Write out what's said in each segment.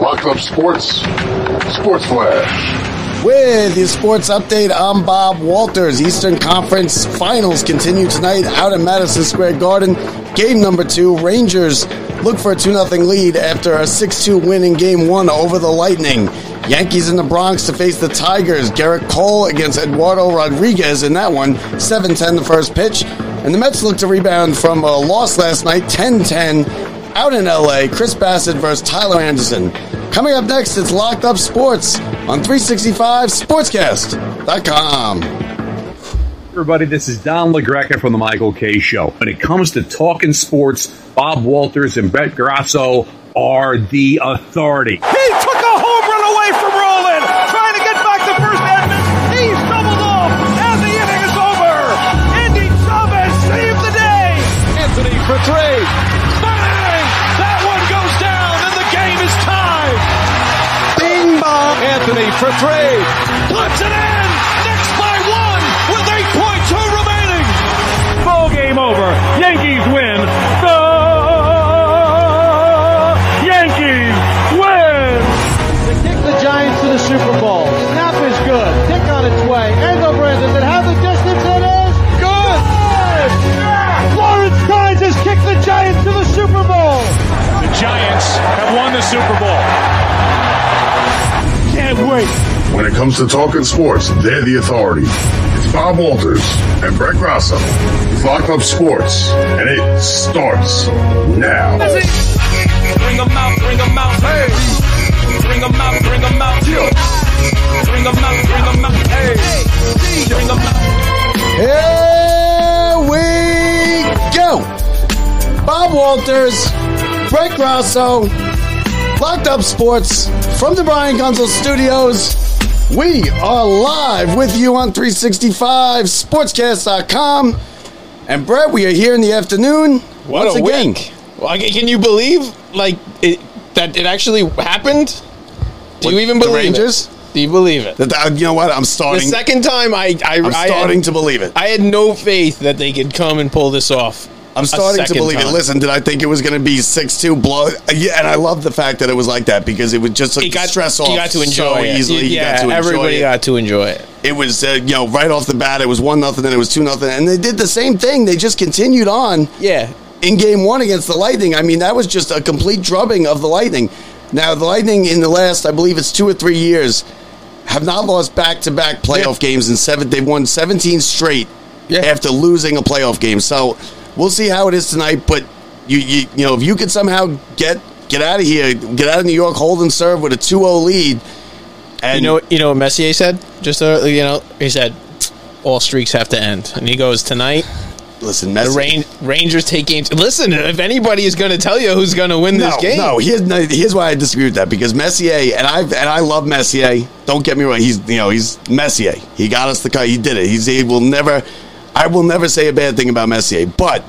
Locked Up Sports, Sports Flash. With your sports update, I'm Bob Walters. Eastern Conference Finals continue tonight out at Madison Square Garden. Game number two, Rangers look for a 2 0 lead after a 6 2 win in game one over the Lightning. Yankees in the Bronx to face the Tigers. Garrett Cole against Eduardo Rodriguez in that one, 7 10 the first pitch. And the Mets look to rebound from a loss last night, 10 10 out in LA, Chris Bassett versus Tyler Anderson. Coming up next, it's Locked Up Sports on 365sportscast.com. Everybody, this is Don LaGreca from the Michael K. Show. When it comes to talking sports, Bob Walters and Brett Grasso are the authority. He took a home run away from Roland, trying to get back to first Edmonds. He's doubled off, and the inning is over. Andy Chavez saved the day. Anthony for three. Bang! That one goes down, and the game is tied. Bing bong. Anthony for three. Flips it in. Next by one with 8.2 remaining. Ball game over. Yankees win. The Yankees win. They kick the Giants to the Super Bowl. Snap is good. Kick on its way. Angle Brandon. It has the distance. It is good. Lawrence Tynes has kicked the Giants to the Super Bowl. The Giants have won the Super Bowl. Can't wait. When it comes to talking sports, they're the authority. It's Bob Walters and Brett Grasso. It's Locked Up Sports, and it starts now. Bring them out, bring them out. Hey. Bring them out, bring them out. Bring them out, bring them out. Hey. Bring them out. Here we go. Bob Walters, Brett Grasso, Locked Up Sports from the Brian Gunzel Studios. We are live with you on 365sportscast.com. And Brett, we are here in the afternoon. What once a again. week! Like, can you believe like it, that it actually happened? Do you even the believe Rangers? it? Do you believe it? The, That- that- You know what? I'm starting. second time, I I, I'm I starting had, to believe it. I had no faith that they could come and pull this off. I'm a starting to second believe it. time. Listen, did I think it was going to be six two blow? Yeah, and I love the fact that it was like that because it was just like It got stress off. You got to enjoy so it. easily. You yeah, got to enjoy everybody it. got to enjoy it. it was uh, you know right off the bat it was one nothing, then it was two nothing, and they did the same thing. They just continued on Yeah, in game one against the Lightning. I mean, that was just a complete drubbing of the Lightning. Now, the Lightning in the last, I believe it's two or three years, have not lost back to back playoff games in seven. They've won 17 straight Yeah. after losing a playoff game. So we'll see how it is tonight. But you, you, you know, if you could somehow get get out of here, get out of New York, hold and serve with a 2 0 lead. And you know, you know what Messier said. Just uh, you know, he said all streaks have to end, and he goes tonight. listen, The Messi, Ran- Rangers take games. Listen, if anybody is going to tell you who's going to win No, this game, no. Here's no, here's why I disagree with that because Messier and I and I love Messier. Don't get me wrong. He's you know he's Messier. He got us the cut. He did it. He's, he will never. I will never say a bad thing about Messier. But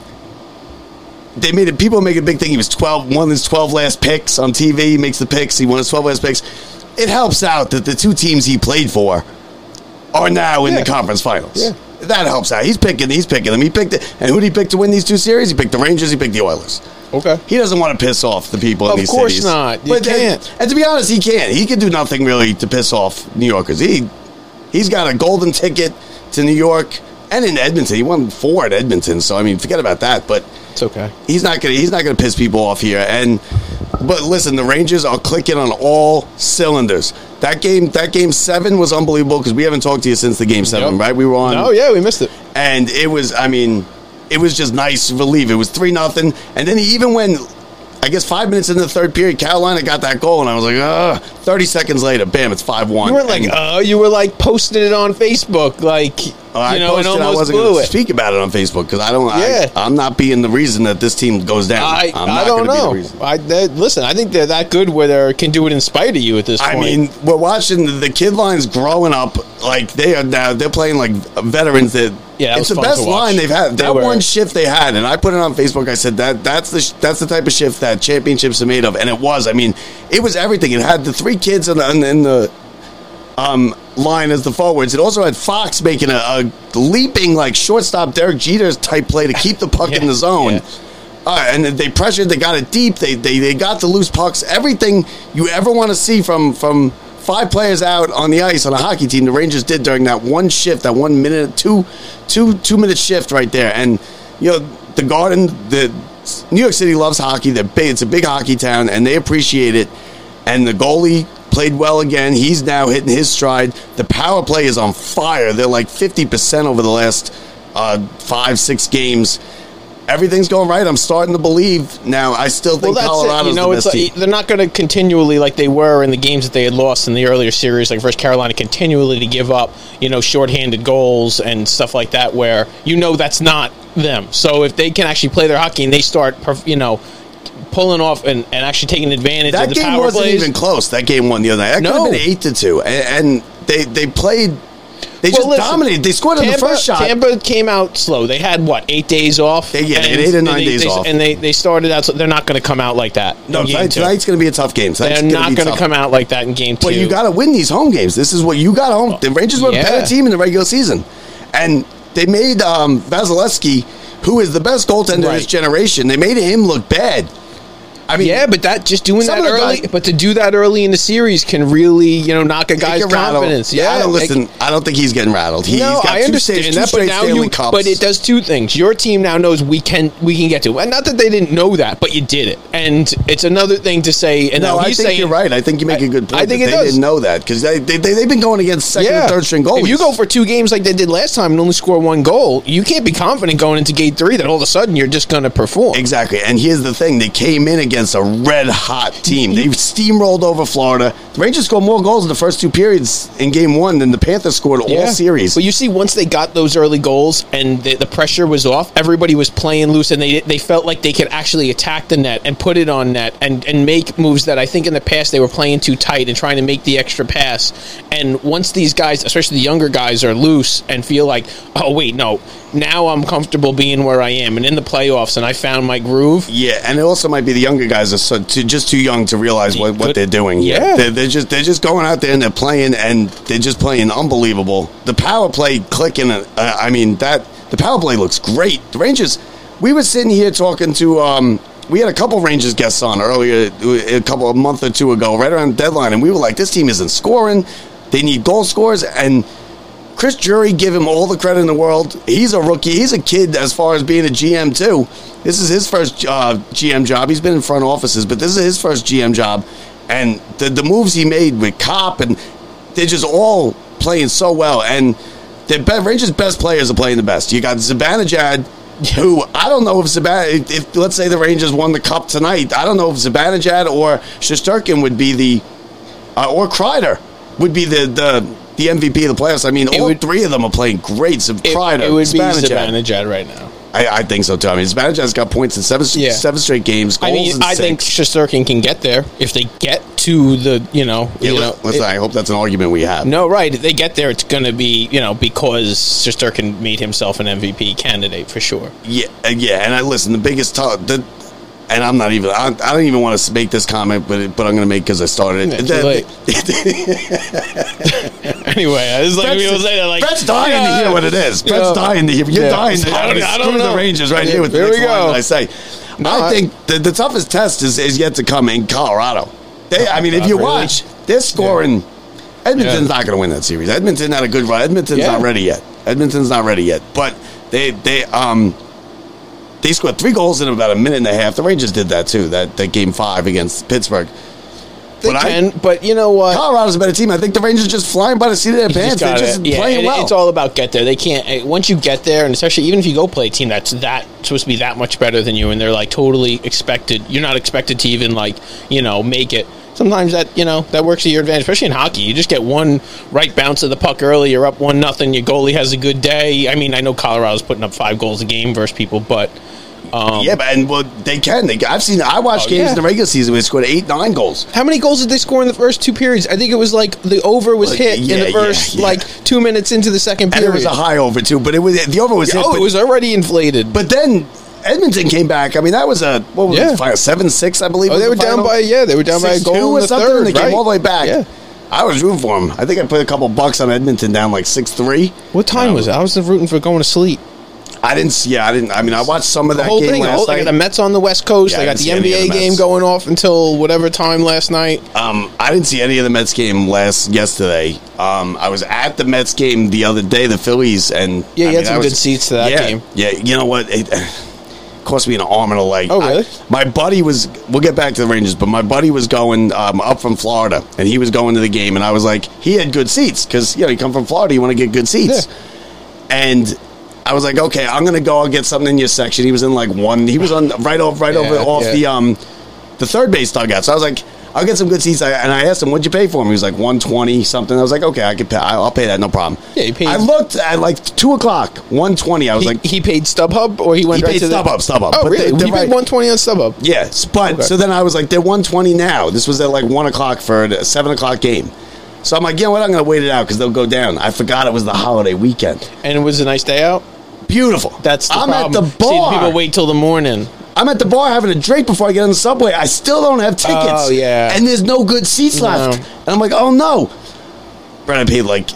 they made it. People make a big thing. He was 12, won his twelve last picks on TV. He makes the picks. He won his twelve last picks. It helps out that the two teams he played for are now in Yeah. the conference finals. Yeah. That helps out. He's picking. He's picking them. He picked it. And who did he pick to win these two series? He picked the Rangers. He picked the Oilers. Okay. He doesn't want to piss off the people in Of these course cities. not. You then- can't. and to be honest, he can't. He can do nothing really to piss off New Yorkers. He he's got a golden ticket to New York and in Edmonton. He won four at Edmonton, so I mean, forget about that. But it's okay. he's not gonna he's not gonna piss people off here. And but listen, the Rangers are clicking on all cylinders. That game that game seven was unbelievable because we haven't talked to you since the game seven, Yep. right? We were on No, yeah, we missed it. and it was I mean, it was just nice relief. It was three nothing, and then even when I guess five minutes into the third period, Carolina got that goal, and I was like, ugh. Thirty seconds later, bam, it's five one. You weren't like, oh, you were like posting it on Facebook, like you know, and almost Oh, I wasn't blew gonna it. speak about it on Facebook because I don't. Yeah. I, I'm not being the reason that this team goes down. I, I'm I not don't gonna Be the know. reason. I that, listen. I think they're that good where they can do it in spite of you at this point. I mean, we're watching the- the kid lines growing up. Like they are now, they're playing like veterans. That Yeah, that it's was the fun best to watch. line they've had. They That were- one shift they had, and I put it on Facebook. I said that that's the sh- that's the type of shift that championships are made of, and it was. I mean, it was everything. It had the three kids in the, in, in the um, line as the forwards. It also had Fox making a, a leaping like shortstop Derek Jeter's type play to keep the puck in Yeah, the zone. yeah. Uh, and they pressured. They got it deep. They, they they got the loose pucks. Everything you ever want to see from from five players out on the ice on a hockey team, the Rangers did during that one shift, that one minute, two two two minute shift right there. And you know the Garden, the New York City loves hockey. They're big. It's a big hockey town, and they appreciate it. And the goalie played well again. He's now hitting his stride. The power play is on fire. They're like fifty percent over the last uh, five six games everything's going right. I'm starting to believe now. I still Well, think that's Colorado's it. You know, the it's best like, team. they're not going to continually like they were in the games that they had lost in the earlier series, like versus Carolina, continually to give up, you know, shorthanded goals and stuff like that, where you know that's not them. So if they can actually play their hockey and they start, perf- you know, pulling off and, and actually taking advantage That of the game power wasn't plays. even close. That game won the other night. That could No. have been eight to two, and, and they they played. They just Well, listen, dominated. They scored on the first shot. Tampa came out slow. They had what eight days off. They- yeah, they had eight or nine they- days they- off. and they, they started out. So they're not going to come out like that. no, in game tonight, two. tonight's going to be a tough game. Tonight's they're gonna not be going to tough. come out like that in game two. But you got to win these home games. This is what you got home. The Rangers were a Yeah. better team in the regular season, and they made um, Vasilevsky, who is the best goaltender of his Right. generation, they made him look bad. I mean, yeah, but that just doing Some that of the early, guys- but to do that early in the series can really, you know, knock a they guy's get rattled. confidence. Yeah, I don't like- listen. I don't think he's getting rattled. He, no, has got I two understand saves, two that, but straight now Stanley you, Cups. but it does two things. Your team now knows we can we can get to, and not that they didn't know that, but you did it, and it's another thing to say. And No, now I he's think saying, you're right. I think you make a good point. I think that it they does. didn't know that because they, they, they, have been going against second and third string goalies. If you go for two games like they did last time and only score one goal, you can't be confident going into game three that all of a sudden you're just going to perform. Exactly. And here's the thing they came in against a red hot team. They steamrolled over Florida. The Rangers scored more goals in the first two periods in game one than the Panthers scored all series. But you see, once they got those early goals and the, the pressure was off, everybody was playing loose, and they they felt like they could actually attack the net and put it on net and and make moves that I think in the past they were playing too tight and trying to make the extra pass. And once these guys, especially the younger guys, are loose and feel like, oh wait, no, now I'm comfortable being where I am and in the playoffs, and I found my groove. yeah, and it also might be the younger guys are so too, just too young to realize what, what they're doing. Yeah. they're, they're just they're just going out there and they're playing and they're just playing unbelievable. The power play clicking. Uh, I mean that the power play looks great. The Rangers. We were sitting here talking to. Um, we had a couple Rangers guests on earlier, a couple a month or two ago, right around the deadline, and we were like, "This team isn't scoring. They need goal scorers." And Chris Jury, give him all the credit in the world. He's a rookie. He's a kid as far as being a GM too. This is his first uh, GM job. He's been in front offices, but this is his first GM job. And the the moves he made with Cop and they're just all playing so well. And the be- Rangers' best players are playing the best. You got Zibanejad, who I don't know if Ziban if, if let's say the Rangers won the cup tonight, I don't know if Zibanejad or Shosturkin would be the uh, or Kreider would be the the the MVP of the playoffs. I mean, all would- three of them are playing great. So It, Kreider, it would be Zibanejad. Zibanejad right now. I, I think so too. I mean, Zibanejad's got points in seven Yeah. seven straight games, goals I mean, in I six. think Shosturkin can get there if they get to the, you know, yeah, you li- know. listen, it- I hope that's an argument we have. no, right. If they get there, it's going to be, you know, because Shosturkin made himself an MVP candidate for sure. Yeah, uh, yeah, and I listen. The biggest talk, the, and I'm not even. I, I don't even want to make this comment, but it, but I'm going to make because I started Yeah, it. too That- late. Anyway, I was like, Brett's- people say that, like, Brett's dying yeah, to hear what it is. Brett's yeah. dying to hear. You're Yeah. dying to I don't- I don't screw know. the Rangers right Yeah, here with there the we next line go. that I say. I I- think the, the toughest test is, is yet to come in Colorado. They, I mean, if God, you really? watch, they're scoring. Edmonton's Yeah. not going to win that series. Edmonton had a good run. Edmonton's Yeah. not ready yet. Edmonton's not ready yet. But they they um they scored three goals in about a minute and a half. The Rangers did that too. That that game five against Pittsburgh. They But I- can, but you know what? Colorado's a better team. I think the Rangers just flying by the seat of their You pants. They're gotta- just yeah, playing and well. It's all about get there. They can't eh, once you get there, and especially even if you go play a team that's that supposed to be that much better than you, and they're like totally expected. You're not expected to even like you know make it. Sometimes that you know that works to your advantage, especially in hockey. You just get one right bounce of the puck early. You're up one nothing. Your goalie has a good day. I mean, I know Colorado's putting up five goals a game versus people, but um, Yeah, but and well, they can. They, I've seen. I watched Oh, games yeah. in the regular season where they scored eight, nine goals. How many goals did they score in the first two periods? I think it was like the over was Like, hit yeah, in yeah, the first yeah. like two minutes into the second And period. it was a high over too. But it was the over was. hit, oh, but, it was already inflated. But then Edmonton came back. I mean, that was a what was Yeah. it, final seven six, I believe. Oh, was they the were down final? by yeah, they were down by a 6-2 goal in or the something. third. and they came right. all the way back. Yeah. I was rooting for them. I think I put a couple bucks on Edmonton down like six three. What time was it? I was rooting for going to sleep. I didn't. see- Yeah, I didn't. I mean, I watched some of that the whole game thing. the last whole- They night. got the Mets on the West Coast. Yeah, I they got didn't the see any of the NBA game Mets. going off until whatever time last night. Um, I didn't see any of the Mets game last yesterday. Um, I was at the Mets game the other day, the Phillies, and Yeah, you I had some I good seats to that yeah, game. Yeah, you know what? It cost me an arm and a leg. Oh, really? I- my buddy was. We'll get back to the Rangers, but my buddy was going um, up from Florida, and he was going to the game, and I was like, he had good seats because you know you come from Florida, you want to get good seats, and. I was like, okay, I'm gonna go. I'll get something in your section. He was in like one. He was on right off, right Yeah, over off yeah. the um, the third base dugout. So I was like, I'll get some good seats. I, and I asked him, what'd you pay for him? He was like, 120 something. I was like, okay, I could pay. I'll pay that, no problem. Yeah, he paid- I looked at like 2 o'clock, 120. I was He, like, he paid StubHub or he went He right paid to StubHub, the StubHub. Oh, But really? they- he they're paid right- 120 on StubHub. yes. But Okay. so then I was like, they're 120 now. This was at like 1 o'clock for a 7 o'clock game. So I'm like, you know what? I'm going to wait it out because they'll go down. I forgot it was the holiday weekend. And it was a nice day out. Beautiful. That's the I'm problem. at the bar. See, people wait till the morning. I'm at the bar having a drink before I get on the subway. I still don't have tickets. Oh, yeah. And there's no good seats No. left. And I'm like, oh no. Brett, I paid like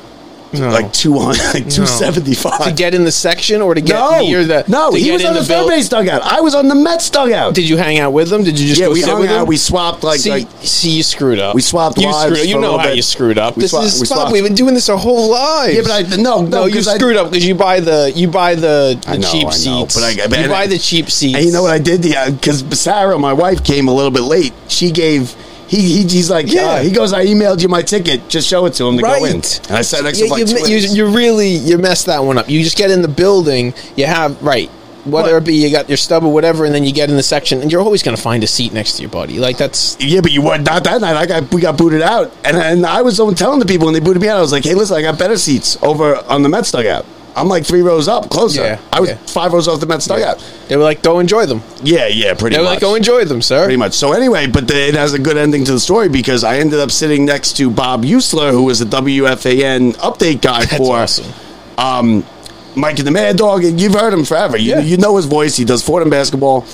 like two hundred, like two seventy To five. get in the section or to get No, near the no, to he get was in on the, buil- third base dugout. I was on the Mets dugout. Did you hang out with them? Did you just yeah, go we sit hung with out. them? We swapped like see, like see, you screwed up. We swapped you lives screwed up. for You a know little how bit. you screwed up. We this swap- is we Bob. swapped. We've been doing this our whole lives. Yeah, but I- no, no, you 'cause I- screwed up because you buy the you buy the, I the know, cheap I know, seats. but I- but- you buy the cheap seats. And you know what I did? Because Sarah, my wife, came a little bit late. She gave. He, he he's like yeah. Yeah. he goes. I emailed you my ticket. Just show it to him to go Right. in. And I sat next you, to him. you, for, like, two you, minutes. you really you messed that one up. You just get in the building. You have right. Whether What? it be you got your stub or whatever, and then you get in the section, and you're always going to find a seat next to your buddy. Like that's Yeah, but you were not that night. I got we got booted out, and and I was telling the people when they booted me out. I was like, hey, listen, I got better seats over on the Mets dugout. I'm like three rows up, closer. Yeah, I was yeah. five rows off the Mets dugout. they were like, go enjoy them. Yeah, yeah, Oh, pretty They were much. like, go enjoy them, sir. pretty much. So anyway, but the, it has a good ending to the story because I ended up sitting next to Bob Usler, who was a WFAN update guy That's for awesome. um, Mike and the Mad Dog, and you've heard him forever. You, Yeah. you know his voice. He does Fordham basketball,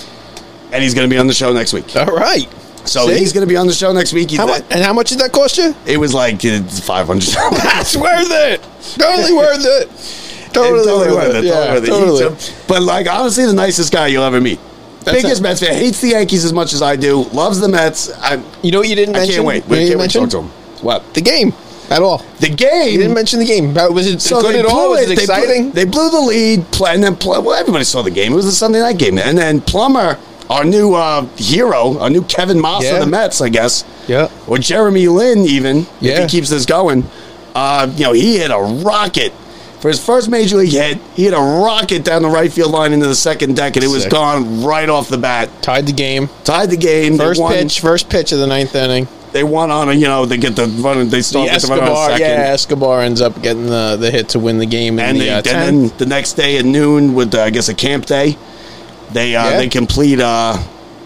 and he's going to be on the show next week. All right. So Uh, See? he's going to be on the show next week. He- How much, and how much did that cost you? It was like five hundred dollars. That's worth it. Totally worth it. Totally, Totally worth it. totally Yeah, worth it. totally. He's a- But like honestly, the nicest guy you'll ever meet. That's Biggest it. Mets fan. Hates the Yankees as much as I do. Loves the Mets. I, You know what you didn't I mention? can't wait. You know We what can't you wait to talk mentioned? to him. What The game at all. the You didn't game? mention the game. How- Was it good they at all? blew Was it They blew- exciting? They blew, the lead. Play, and then play, well, everybody saw the game. It was a Sunday night game. And then Plummer, our new uh, hero, our new Kevin Moss Yeah. of the Mets, I guess. Yeah. Or Jeremy Lin, even Yeah. if he keeps this going. Uh, you know, he hit a rocket for his first major league hit. He hit a rocket down the right field line into the second deck, and it was Sick. gone right off the bat. Tied the game. Tied the game. First they won, pitch, first pitch of the ninth inning. They won on a you know they get the run. They The start with the run on Escobar, second. yeah, Escobar ends up getting the, the hit to win the game in and, the they, uh, and 10. then the next day at noon with uh, I guess a camp day, they uh, Yeah. they complete uh,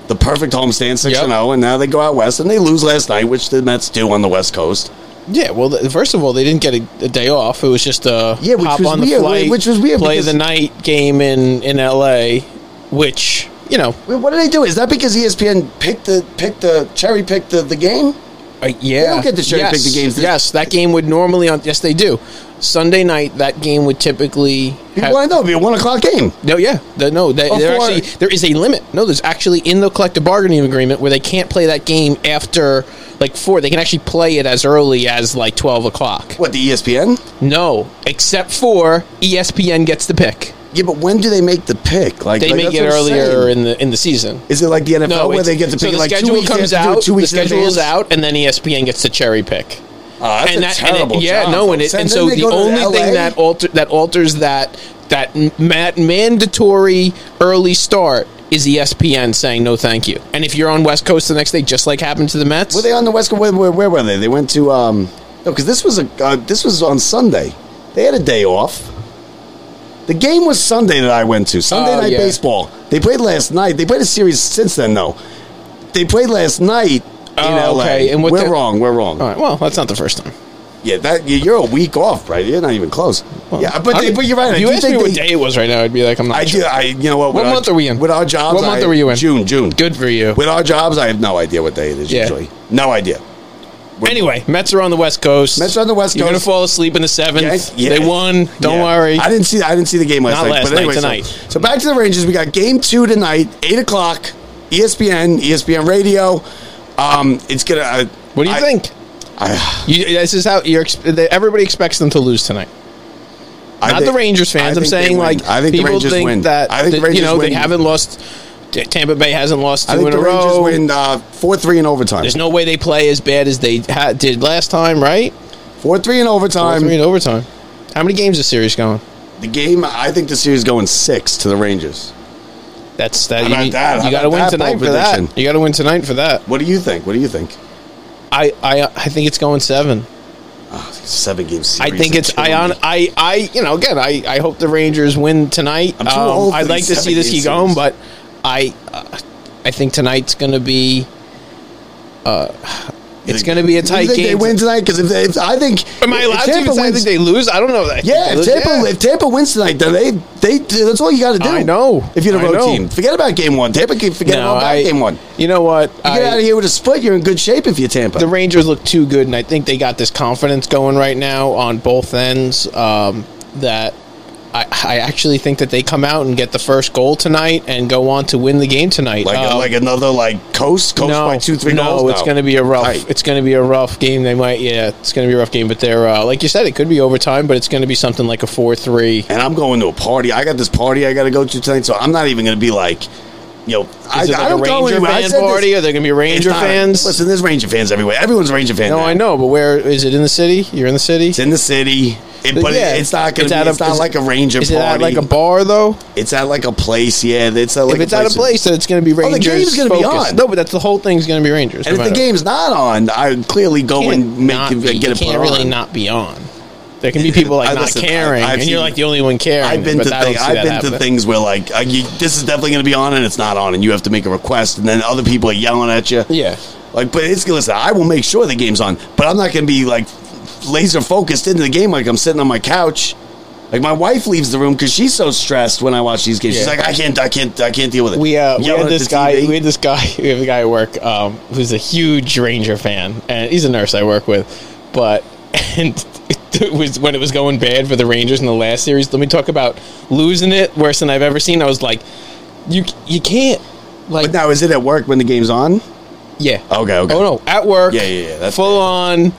the perfect homestand six Yep. and zero, and now they go out west and they lose last night, which the Mets do on the West Coast. Yeah, well, th first of all, they didn't get a, a day off. It was just a Yeah, which hop was on weird, the flight, which was weird Play because- the night game in in L.A., which you know, Wait, What do they do? Is that because E ESPN picked the picked the cherry picked the, the game? uh, yeah, don't get to cherry pick the games. Yes, that game would normally on. Yes, they do. Sunday night, that game would typically. have- Well, I know it'd be a one o'clock game. No, yeah, The- no. They, Before- they're actually there is a limit. No, there's actually in the collective bargaining agreement where they can't play that game after like four. They can actually play it as early as like twelve o'clock. What the E ESPN? No, except for E ESPN gets the pick. Yeah, but when do they make the pick? Like They like, make that's it what I'm earlier saying. in the in the season. Is it like the NFL where it's- they get to pick so the it, like two schedule weeks comes they have to do it out. Two weeks the in schedule's advance? out, and then E ESPN gets to cherry pick. Oh, that's and a that, and it- terrible yeah, job, no, and though. it, Send- and so didn't they the go to only LA? thing that alter that alters that that mat, mandatory early start is E ESPN saying no, thank you. And if you're on West Coast the next day, just like happened to the Mets, Were they on the West Coast? Where, where, where were they? They went to um, no, because this was a uh, this was on Sunday. They had a day off. The game was Sunday that I went to. Sunday Oh, night yeah. baseball. They played last night. They played a series since then though. They played last night in Oh, LA. okay. And what we're the- wrong. We're wrong. All right, well, that's not the first time. Yeah, that you- you're a week off, right? You're not even close. yeah, but I they, mean, but you're right. If I you do asked think me what they- day it was right now, I'd be like, I'm not. I sure. do. I you know what? with What our- month are we in? With our jobs, What month I- are you in? June. June. Good for you. With our jobs, I have no idea what day it is Yeah. usually. No idea. Anyway, Mets are on the West Coast. Mets are on the West You're gonna Coast. fall asleep in the seventh. Yank- yeah. They won. Don't Yeah. worry. I didn't see. I didn't see the game last Not night. last but night, anyway, so- tonight. So, back to the Rangers. We got game two tonight, eight o'clock. E ESPN, ESPN Radio. Um, it's gonna. Uh, what do you I- think? I, You, this is how you're. ex- they- Everybody expects them to lose tonight. I Not think- the Rangers I fans. I'm think they saying win. like I think the people Rangers think win. that I think the that, you Rangers know win. they haven't lost. T- Tampa Bay hasn't lost two I think in the a Rangers row. win uh, four three in overtime. There's no way they play as bad as they ha- did last time, right? Four three in overtime. Three in overtime. How many games is series going? The game. I think the series going six to the Rangers. That's that. How You, about that? How got to about win that tonight bold for prediction? that. You got to win tonight for that. What do you think? What do you think? I I, I think it's going seven. Seven game I series. think are it's killing I on me. I I you know again I I hope the Rangers win tonight. Um, I'm too old for I'd like these to see seven this game keep going, series. but I uh, I think tonight's going to be. Uh, it's going to be a Do tight you think game. they win tonight? Because if, they- if I think, Am I if allowed to Tampa even say I wins- think they lose? I don't know. I think they Yeah, if lose, Tampa, yeah. if Tampa wins tonight, then they they that's all you got to do. I know. If you're the I road know. team, forget about game one. Tampa can forget No, about I- game one. You You know what? get I- out of here with a split. You're in good shape if you're Tampa. the Rangers look too good, and I think they got this confidence going right now on both ends. Um, that I, I actually think that they come out and get the first goal tonight and go on to win the game tonight. like Um, like another like coast coast by two three no, goals. it's going to be a rough. Tight. It's going to be a rough game. They might, yeah, it's going to be a rough game. But they're uh, like you said, it could be overtime, but it's going to be something like a four-three. and I'm going to a party. I got this party I got to go to tonight, so I'm not even going to be like, you know, I, Is it I like don't a go Ranger anywhere. I fan said this- party? Are there going to be it's Ranger not- fans? Listen, there's Ranger fans everywhere. Everyone's a Ranger fan. no, now. I know, but where is it in the city? You're in the city. It's in the city. It, but Yeah. it, it's not going It's to at be. a- It's not is- like a ranger Is it at party. like a bar though? it's at like a place. Yeah, it's at like Oh, if it's out of place, then it's going to be the Rangers. game's gonna be focused. on. No, but that's the whole thing's going to be Rangers. And no if the matter- game's not on, I would clearly go can't and make not it, be- get it can't put really on. not be on. There can be people like I- not listen, I- caring, I've and you're seen- like the only one caring. I've been but to I don't thing, see I've that been to happening. things where like uh, you, this is definitely going to be on and it's not on, and you have to make a request, and then other people are yelling at you. Yeah. Like, but it's listen. I will make sure the game's on, but I'm not going to be like laser focused into the game. Like I'm sitting on my couch. Like my wife leaves the room because she's so stressed when I watch these games. She's Yeah. like, I can't, I can't, I can't deal with it. We uh, we Yelling had at this the guy. TV. We had this guy. We have a guy at work um, who's a huge Ranger fan, and he's a nurse I work with. But and it was when it was going bad for the Rangers in the last series. Let me talk about losing it worse than I've ever seen. I was like, you you can't like but now is it at work when the game's on? Yeah. Okay, okay. Oh no, at work. Yeah, yeah, yeah, that's- full on,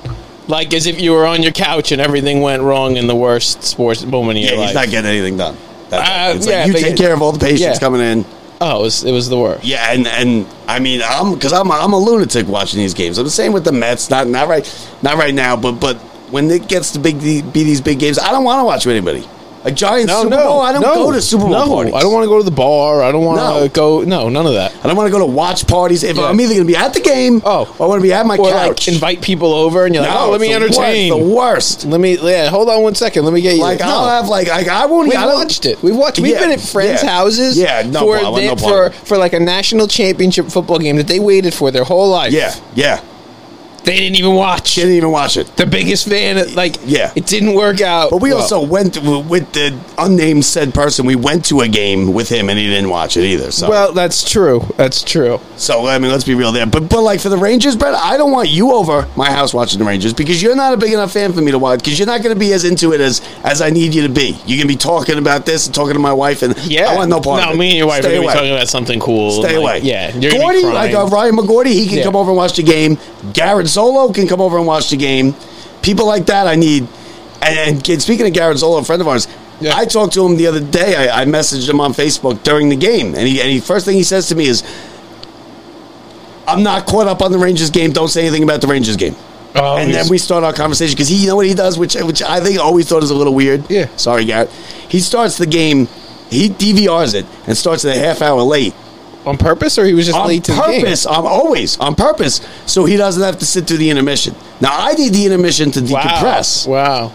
like as if you were on your couch and everything went wrong in the worst sports moment of Yeah, your life. he's not getting anything done. That's Uh, it. It's yeah, like you but- take care of all the patients yeah. coming in. oh, it was, it was the worst. Yeah, and and I mean, I'm because I'm a, I'm a lunatic watching these games. I'm the same with the Mets. Not not right not right now, but but when it gets to big be these big games, I don't want to watch with anybody. Like Giants Super Bowl, I don't no, go to Super Bowl No, parties. I don't want to go to the bar. I don't want to No. go. No, none of that. I don't want to go to watch parties. If Yeah. I'm either going to be at the game, Oh. or I want to be at my Or couch. like invite people over and you're like, No, oh, let me it's the worst, entertain. the worst. Let me. Yeah, hold on one second. Let me get you. Like no. I'll have like I, I won't. We I don't- watched it. We watched. We've Yeah, been at friends' yeah. houses. Yeah, no for, problem, the- no for problem. for like a national championship football game that they waited for their whole life. Yeah, yeah. they didn't even watch. Didn't even watch it. the biggest fan. Like, Yeah. it didn't work out. But we well. also went to, with the unnamed said person. We went to a game with him, and he didn't watch it either. So, well, that's true. That's true. so I mean, let's be real there. But but like for the Rangers, Brett, I don't want you over my house watching the Rangers because you're not a big enough fan for me to watch. Because you're not going to be as into it as as I need you to be. You're going to be talking about this and talking to my wife, and Yeah, I want no part. No, of it. me and your wife Stay are gonna away. be talking about something cool. Stay like, away. Yeah, gonna be Gordy, like crying. uh, Ryan McGordy, he can Yeah. come over and watch the game. Garrett Zolo can come over and watch the game. People like that, I need. And, and speaking of Garrett Zolo, a friend of ours, Yeah. I talked to him the other day. I, I messaged him on Facebook during the game, and he and he first thing he says to me is, "I'm not caught up on the Rangers game. Don't say anything about the Rangers game." Oh, and then he's- we start our conversation because he, you know what he does, which which I think I always thought is a little weird. Yeah. Sorry, Garrett. He starts the game, he DVRs it, and starts it a half hour late on purpose, or he was just on late to the game. purpose. I'm always on purpose, so he doesn't have to sit through the intermission. Now I need the intermission to decompress. Wow.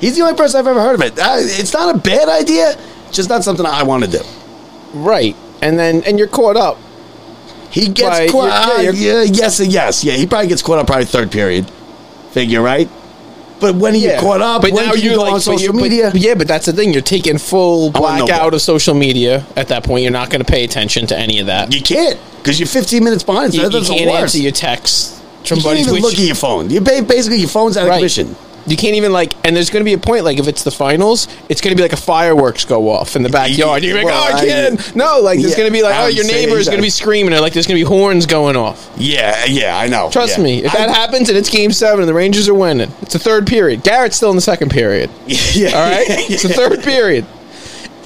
He's the only person I've ever heard of it. Uh, It's not a bad idea, just not something I want to do. Right. And then and you're caught up. He gets Right, caught. Yeah, yeah, you're- yes, and yes, yeah. He probably gets caught up probably third period. Figure right. But when are you caught up? But when now do you you're go like on but social you're- but- media? yeah, but that's the thing. You're taking full I want no blackout part. of social media at that point. You're not going to pay attention to any of that. You can't because you're 15 minutes behind. So you, that's you the can't worst. answer your texts. You can't Trombone, even which- look at your phone. You ba- basically your phone's out of Right. commission. You can't even like, and there's going to be a point like if it's the finals, it's going to be like a fireworks go off in the backyard. You're gonna be like, Well, oh, I I- can't. No, like there's Yeah, going to be like, I oh, would your say neighbor is that- going to be screaming, or like there's going to be horns going off. Yeah, yeah, I know. Trust Yeah. me, if I- that happens and it's game seven and the Rangers are winning, it's the third period. Garrett's still in the second period. Yeah. All right, it's the third period.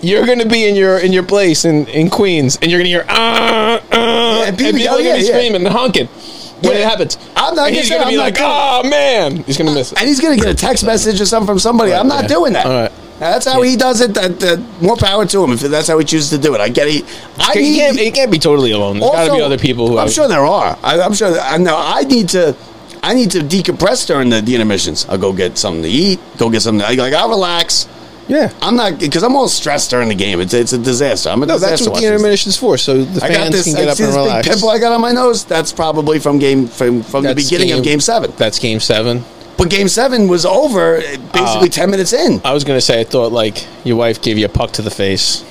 You're going to be in your in your place in, in Queens, and you're going to hear ah, ah, and people- people oh, are going yeah, to be yeah. screaming and honking when Yeah. it happens. I'm not and he's gonna going say to be I'm like, not oh man, he's going to miss it. and he's gonna get a text message or something from somebody. I'm not yeah. doing that. All right. Now, that's how he does it. That, that more power to him if that's how he chooses to do it. I get it. I It need- can't, it can't be totally alone. There's got to be other people who I'm have- sure there are. I, I'm sure. I know. I need to. I need to decompress during the, the intermissions. I'll go get something to eat. Go get something. I, like I'll relax. Yeah. I'm not because I'm all stressed during the game. It's it's a disaster. I'm a No, that's disaster. what the watching. intermission's for, so the I fans got this. can get I up see and this relax. big pimple I got on my nose. That's probably from game from from the That's beginning of game seven. That's game seven. But game seven was over eh, basically Uh, ten minutes in. I was gonna say, I thought like your wife gave you a puck to the face.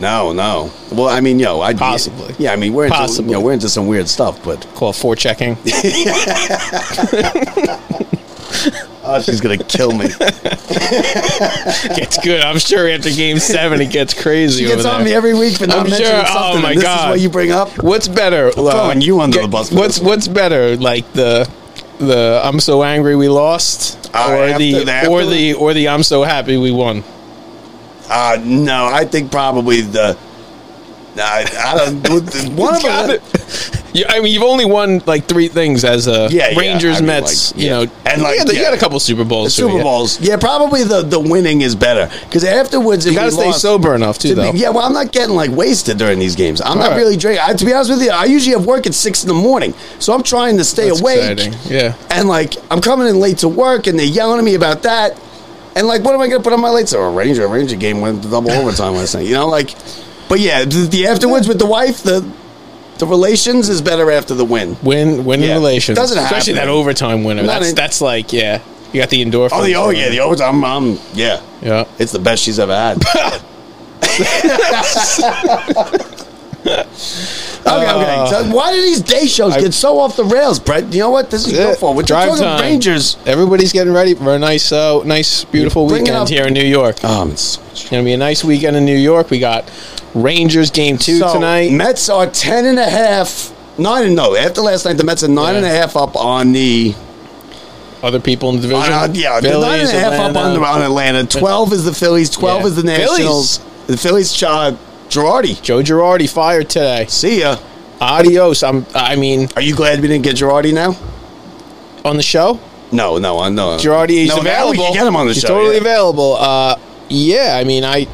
No, no. Well, I mean, yo, I Possibly. Yeah, I mean, we're into, Possibly. you know, we're into some weird stuff, but Call four checking. oh, she's gonna kill me. It's good. I'm sure after game seven, it gets crazy. she gets over on there. me every week for not I'm mentioning sure- oh something. and my this God. is what you bring up. What's better? uh, throwing you under the bus for What's this one. What's better? Like the the I'm so angry we lost, Uh, or after the the- or after the or the I'm so happy we won. Uh, no, I think probably the. I, I don't. One of Got them. it. You, I mean, you've only won like three things as a Yeah, yeah, Rangers, I mean, Mets. like, you yeah. know, And, like, you, had, the- you yeah. had a couple Super The Bowls. too, Super yeah. Bowls. Yeah, probably the, the winning is better because afterwards, if You got to we stay lost- sober enough too, to though. be- yeah, well, I'm not getting like wasted during these games. I'm not Alright. really drinking. I, to be honest with you, I usually have work at six in the morning, so I'm trying to stay That's awake. exciting, yeah. and like I'm coming in late to work, and they're yelling at me about that. And like, what am I going to put on my lights? Oh, a Ranger, a Ranger game went to double overtime last night. You know, like, but yeah, the, the afterwards with the wife, the the relations is better after the win. Win, win Yeah. in relations. Doesn't Especially happen. that overtime winner. Not That's in- that's like yeah. You got the endorphins. Oh, the, oh yeah, the overtime. Um, yeah, Yeah. it's the best she's ever had. okay, okay. So why do these day shows get so off the rails, Brett? You know what? This is your fault. We're Drive talking time. Rangers. Everybody's getting ready for a nice, uh, nice, beautiful Bring it up. weekend here in New York. Um, it's It's gonna be a nice weekend in New York. We got Rangers game two so tonight. Mets are ten and a half, nine and no. After last night, the Mets are nine Yeah. and a half up on the. Other people in the division. on, uh, yeah, they're nine and a half up on, Atlanta. the, on Atlanta. Twelve is the Phillies. Twelve Yeah. is the Phillies. Nationals. The Phillies. Uh, Girardi. Joe Girardi fired today. See ya. Adios. I'm. I mean, Are you glad we didn't get Girardi now? on the show, No, no, I know. Girardi is no, now available. we can get him on the He's show. totally yeah. available. Uh, yeah. I mean, I.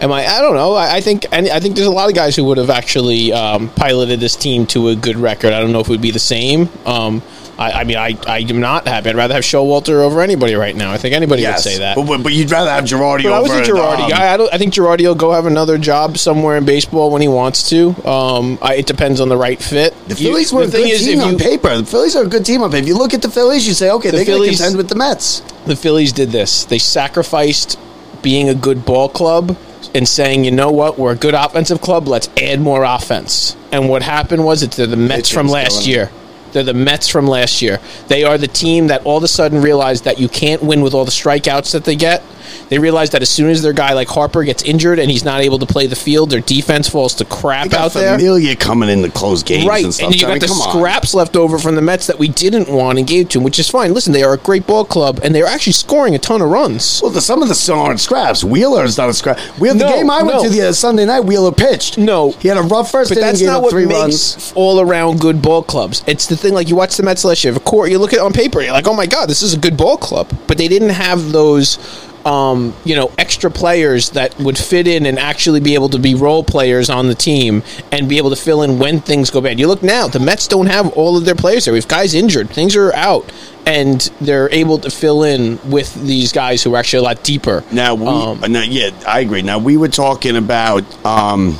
Am I? I don't know. I, I think. And I think there's a lot of guys who would have actually um, piloted this team to a good record. I don't know if it would be the same. Um, I, I mean, I, I am not happy. I'd rather have Showalter over anybody right now. I think anybody Yes. would say that. But, but, but you'd rather have Girardi But I was over. a Girardi um, guy. I, don't, I think Girardi will go have another job somewhere in baseball when he wants to. Um, I, it depends on the right fit. The You- Phillies were a good team if on you- paper. The Phillies are a good team on paper. If you look at the Phillies, you say, okay, The they're going to Phillies- contend with the Mets. the Phillies did this. They sacrificed being a good ball club and saying, you know what, we're a good offensive club. Let's add more offense. And what happened was, it's they're the Mets from Hitchens last going. year. They're the Mets from last year. They are the team that all of a sudden realized that you can't win with all the strikeouts that they get. They realized that as soon as their guy like Harper gets injured and he's not able to play the field, their defense falls to crap out there. Familia coming in to close games Right, and and, stuff. you I got mean, the come on. scraps left over from the Mets that we didn't want and gave to him, which is fine. Listen, they are a great ball club, and they're actually scoring a ton of runs. Well, the, some of the still aren't scraps. Wheeler is not a scrap. We the No, game I went no. to the other Sunday night. Wheeler pitched. No. he had a rough first But inning. that's gave not up what three makes runs. all around good ball clubs. It's the thing like you watch the Mets last year. Of course, you look at it on paper, you're like, oh my god, this is a good ball club. But they didn't have those, um, you know, extra players that would fit in and actually be able to be role players on the team and be able to fill in when things go bad. You look now, the Mets don't have all of their players there. We have guys injured, things are out, and they're able to fill in with these guys who are actually a lot deeper. Now, we, Um, uh, now, yeah, I agree. Now we were talking about um,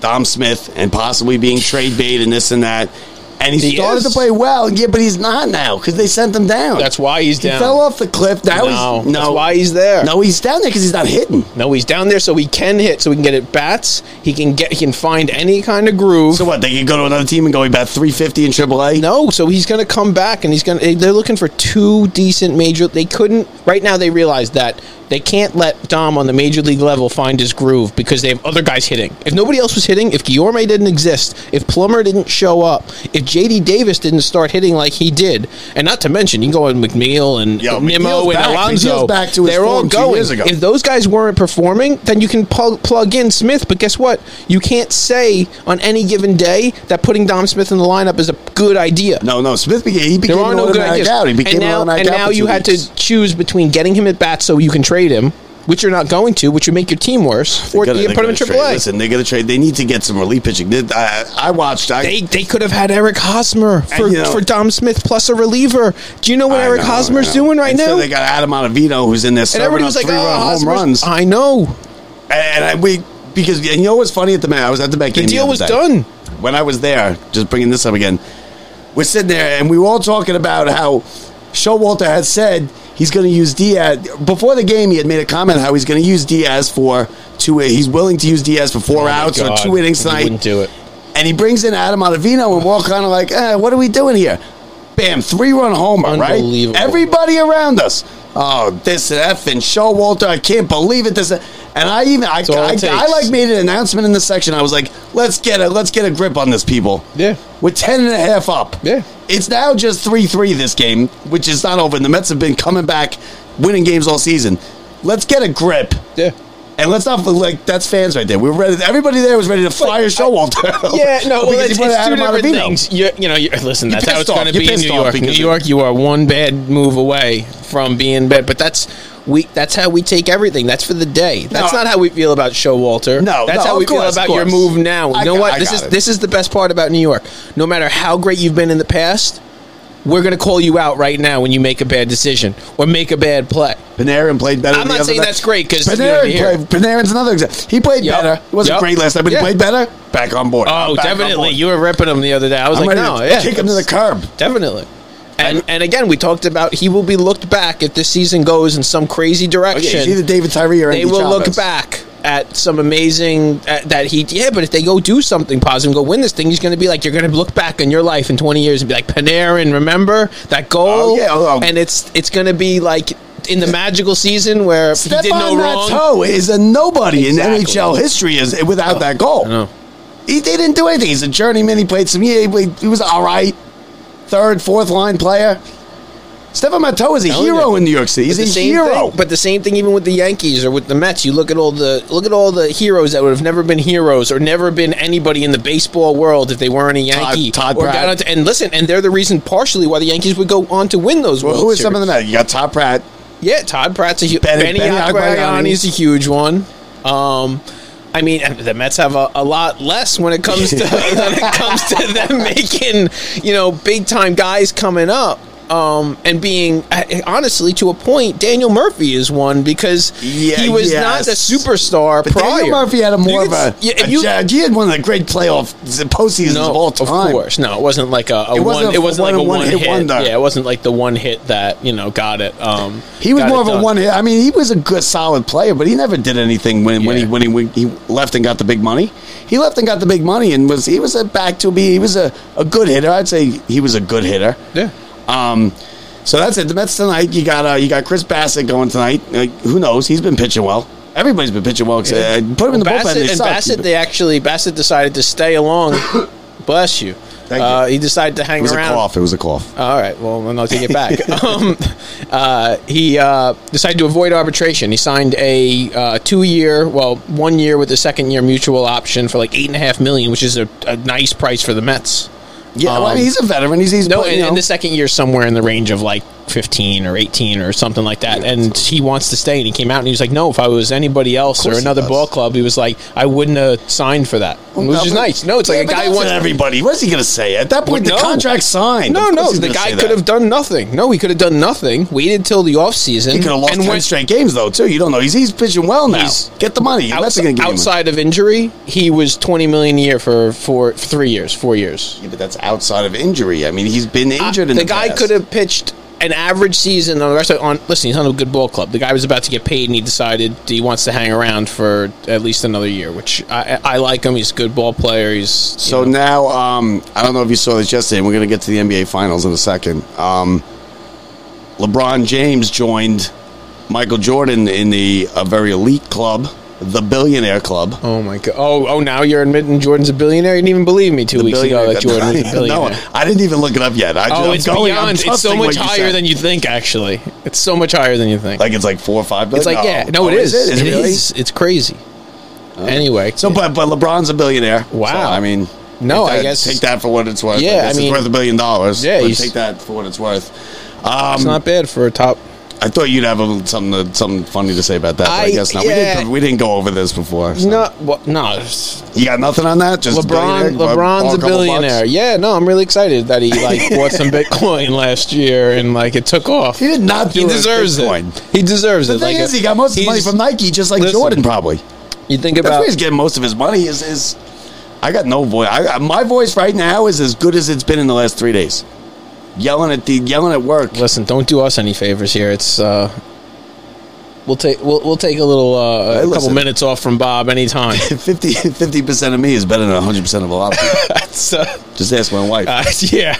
Dom Smith and possibly being trade bait and this and that. And he, He started is. to play well, yeah, but he's not now because they sent him down. That's why he's he down. fell off the cliff. Now no, he's no, that's why he's there. no, he's down there because he's not hitting. No, he's down there so he can hit, so he can get at bats. He can get, he can find any kind of groove. So what? They could go to another team and go about three fifty in AAA. no, so he's going to come back, and he's going. to They're looking for two decent major. They couldn't right now. They realize that they can't let Dom on the major league level find his groove because they have other guys hitting. If nobody else was hitting, if Guillorme didn't exist, if Plummer didn't show up, if J.D. Davis didn't start hitting like he did, and not to mention you can go with McNeil and Yo, Nimmo McNeil's and back. Alonso. McNeil's back to his they're all form two going. years ago. If those guys weren't performing, then you can plug plug in Smith. But guess what? You can't say on any given day that putting Dom Smith in the lineup is a good idea. no, no. Smith became he became There are an no good automatic ideas. out. He became And now, an automatic and out now for you two had weeks. to choose between getting him at bat so you can trade him, which you're not going to, which would make your team worse, They or gotta- you they can put him in gotta AAA. Trade. Listen, they got to trade. They need to get some relief pitching. They- I, I watched. I, They, they could have had Eric Hosmer for, you know- for Dom Smith plus a reliever. Do you know what I Eric know, Hosmer's I know. doing right Instead, now? they got Adam Ottavino, who's in there and serving everybody up was like, three run "Oh, home Hosmer's- runs." I know. and I, we because and you know what's funny at the Met? I was at the Met game. The deal other was day. done. when I was there. Just bringing this up again. We're sitting there and we were all talking about how Showalter had said he's going to use Diaz before the game. He had made a comment how he's going to use Diaz for two. He's willing to use Diaz for four outs or Oh God, two innings he tonight. wouldn't do it. And he brings in Adam Ottavino, and we're all kind of like, eh, what are we doing here? Bam, three run homer, right? Unbelievable. Everybody around us. Oh, this and F and Showalter. I can't believe it. This and and I even I, all I, it I takes. like made an announcement in the section. I was like, let's get a let's get a grip on this, people. Yeah. We're ten and a half up. Yeah. It's now just three three this game, which is not over. And the Mets have been coming back, winning games all season. Let's get a grip. Yeah. And let's not like that's fans right there. We were ready. Everybody there was ready to fire Showalter. Yeah, no, well, Oh, Because it's, he put it's two Adam different Ottavino. things. You're, you know, you're, listen, You're that's how pissed it's going off. to You're be in pissed New off York. In New because- York, you are one bad move away from being bad, but that's we. That's how we take everything. That's for the day. That's No. not how we feel about Showalter. No, that's no, how of we course, feel of about your course. move now. You I know got- what? I this got is it. this is the best part about New York. No matter how great you've been in the past, we're going to call you out right now when you make a bad decision or make a bad play. Panarin played better. I'm the not other saying night. that's great, 'cause, you know, Panarin you hear- played. Panarin's another example. He played Yep. better. He wasn't Yep. great last night, but Yeah. he played better. Back on board. Oh, Back on definitely. board. You were ripping him the other day. I was I'm like, ready no, to yeah, kick him to the curb. Definitely. And, and again, we talked about he will be looked back if this season goes in some crazy Okay, direction. it's either David Tyree or they Andy will Chavez. look back at some amazing at, that he yeah. But if they go do something positive, go win this thing, he's going to be like you're going to look back on your life in 20 years and be like Panarin, remember that goal? Oh, yeah, oh, oh. And it's it's going to be like in the magical season where Step he did no on wrong. that toe is a nobody Exactly. in NHL history is without that goal. know. He they didn't do anything. He's a journeyman. He played some. He, played, he was all right, third, fourth line player. Stefan Matteau is a Telling hero you. in New York City. He's But a the same hero. thing- but the same thing even with the Yankees or with the Mets. You look at all the look at all the heroes that would have never been heroes or never been anybody in the baseball world if they weren't a Yankee. Todd or Pratt. got onto- and listen, and they're the reason partially why the Yankees would go on to win those. well, World who is some of Series. the men? You got Top Rat. Yeah, Todd Pratt's a huge. Benny- Benny, Benny Agbayani. Agbayani is a huge one. Um, I mean, and the Mets have a, a lot less when it comes to when it comes to them making you know big time guys coming up. Um, and being I- honestly to a point, Daniel Murphy is one because Yeah, he was yes. not the superstar But prior. Daniel Murphy had a more You of could a, s- yeah, a you- jag- He had one of the great playoff z- postseasons no, of all time. Of course, no, it wasn't like a, a It wasn't one. a it wasn't like a one-on-one one hit hit. wonder. Yeah, it wasn't like the one hit that you know got it. Um, He was got more it of a done. one hit. I mean, he was a good, solid player, but he never did anything when, when, he, Yeah. when he when he left and got the big money. He left and got the big money, and was he was a back to be he was a, a good hitter. I'd say he was a good hitter. Yeah. Um, so that's it. The Mets tonight. You got uh, you got Chris Bassett going tonight. Uh, who knows? He's been pitching well. Everybody's been pitching well. Except, uh, put him in the bullpen. Bassett, They and suck. Bassett, they actually Bassett decided to stay along. Bless you. Thank Uh, you. he decided to hang it was a around. Uh, cough. It was a cough. All right. Well, then I'll take it back. um, uh, he uh, decided to avoid arbitration. He signed a uh, two-year, well, one year with a second-year mutual option for like eight and a half million, which is a, a nice price for the Mets. Yeah, well, I mean, Um, he's a veteran. He's he's No, put- and, you know. and the second year somewhere in the range of like fifteen or eighteen or something like that. And he wants to stay, and he came out and he was like, "No, if I was anybody else or course he another does. ball club, he was like, I wouldn't have signed for that." which is but- nice. No, it's like Yeah, a but guy that's wants not everybody. What's he going to say at that point? No. The contract signed. No, Of course no, he's the gonna say guy that. could have done nothing. No, he could have done nothing. Waited till the offseason. He could have lost and ten went- straight games though too. You don't know. He's he's pitching well now. He's- Get the money. outs- That's going to give him. outside of injury, he was twenty million a year for, for three years, four years. Yeah, but that's outside of injury. I mean, he's been injured. I- in Uh, the, the, guy past. could have pitched an average season on the rest of on listen he's on a good ball club the guy was about to get paid and he decided he wants to hang around for at least another year which i, I like him he's a good ball player he's you So know, now, um, I don't know if you saw this yesterday. and We're going to get to the NBA Finals in a second. Um, LeBron James joined Michael Jordan in the a very elite club, the Billionaire Club. oh my god oh oh now you're admitting jordan's a billionaire you didn't even believe me two weeks ago that jordan was a billionaire no, I didn't even look it up yet. I, oh I'm it's going- I'm beyond it's so trusting much what you higher said. than you think actually it's so much higher than you think like it's like four or five. it's like yeah no Oh, it is It is. it really? is. it's crazy anyway So, but but LeBron's a billionaire. So, Wow. I mean, No, take I that- guess- take that for what it's worth. Yeah, I, I guess mean- it's worth a billion dollars. Yeah, but he's- take that for what it's worth. it's Um, not bad for a top I thought you'd have a, something to, something funny to say about that. But I, I- guess not. We yeah. didn't we didn't go over this before. so. no well, no You got nothing on that? Just LeBron, billionaire? Borrow LeBron's a couple billionaire. bucks? Yeah, no, I'm really excited that he like bought some Bitcoin last year and like it took off. He did not do He it with deserves it. Bitcoin. He deserves The it. thing Like, is, he got most of his money he's- from Nike, just like Listen. Jordan probably. You think That's about where he's getting most of his money. Is is I got no voice. I, I- my voice right now is as good as it's been in the last three days. Yelling at the yelling at work. Listen, don't do us any favors here. It's uh we'll take we'll, we'll take a little uh, a couple listen. minutes off from Bob anytime. 50 percent of me is better than hundred percent of a lot of people. That's uh, Just ask my wife. uh yeah.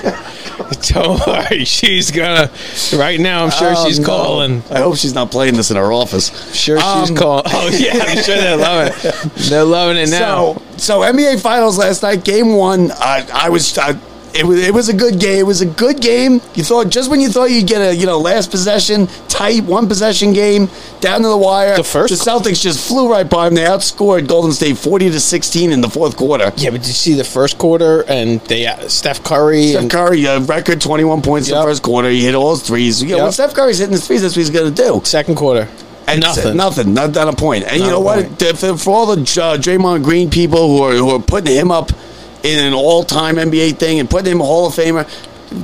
don't worry, she's gonna right now I'm sure Oh, she's no. calling. I hope she's not playing this in her office. Sure, Um, she's calling. Oh yeah, I'm sure they're loving it. They're loving it now. So, so NBA Finals last night, Game One. I, I was, I, it was, it was a good game. It was a good game. You thought just when you thought you'd get a, you know, last possession, tight one possession game, down to the wire. The first- the Celtics just flew right by them. They outscored Golden State forty to sixteen in the fourth quarter. Yeah, but did you see the first quarter and they uh, Steph Curry Steph and Curry, a record twenty-one points in the Yep. first quarter. He hit all his threes. You know, when Yep. Steph Curry's hitting his threes, that's what he's going to do. second quarter And nothing. Nothing. Not, not a point. And you Not know a what? point. The- For, for all the uh, Draymond Green people who are, who are putting him up in an all time NBA thing and putting him a Hall of Famer,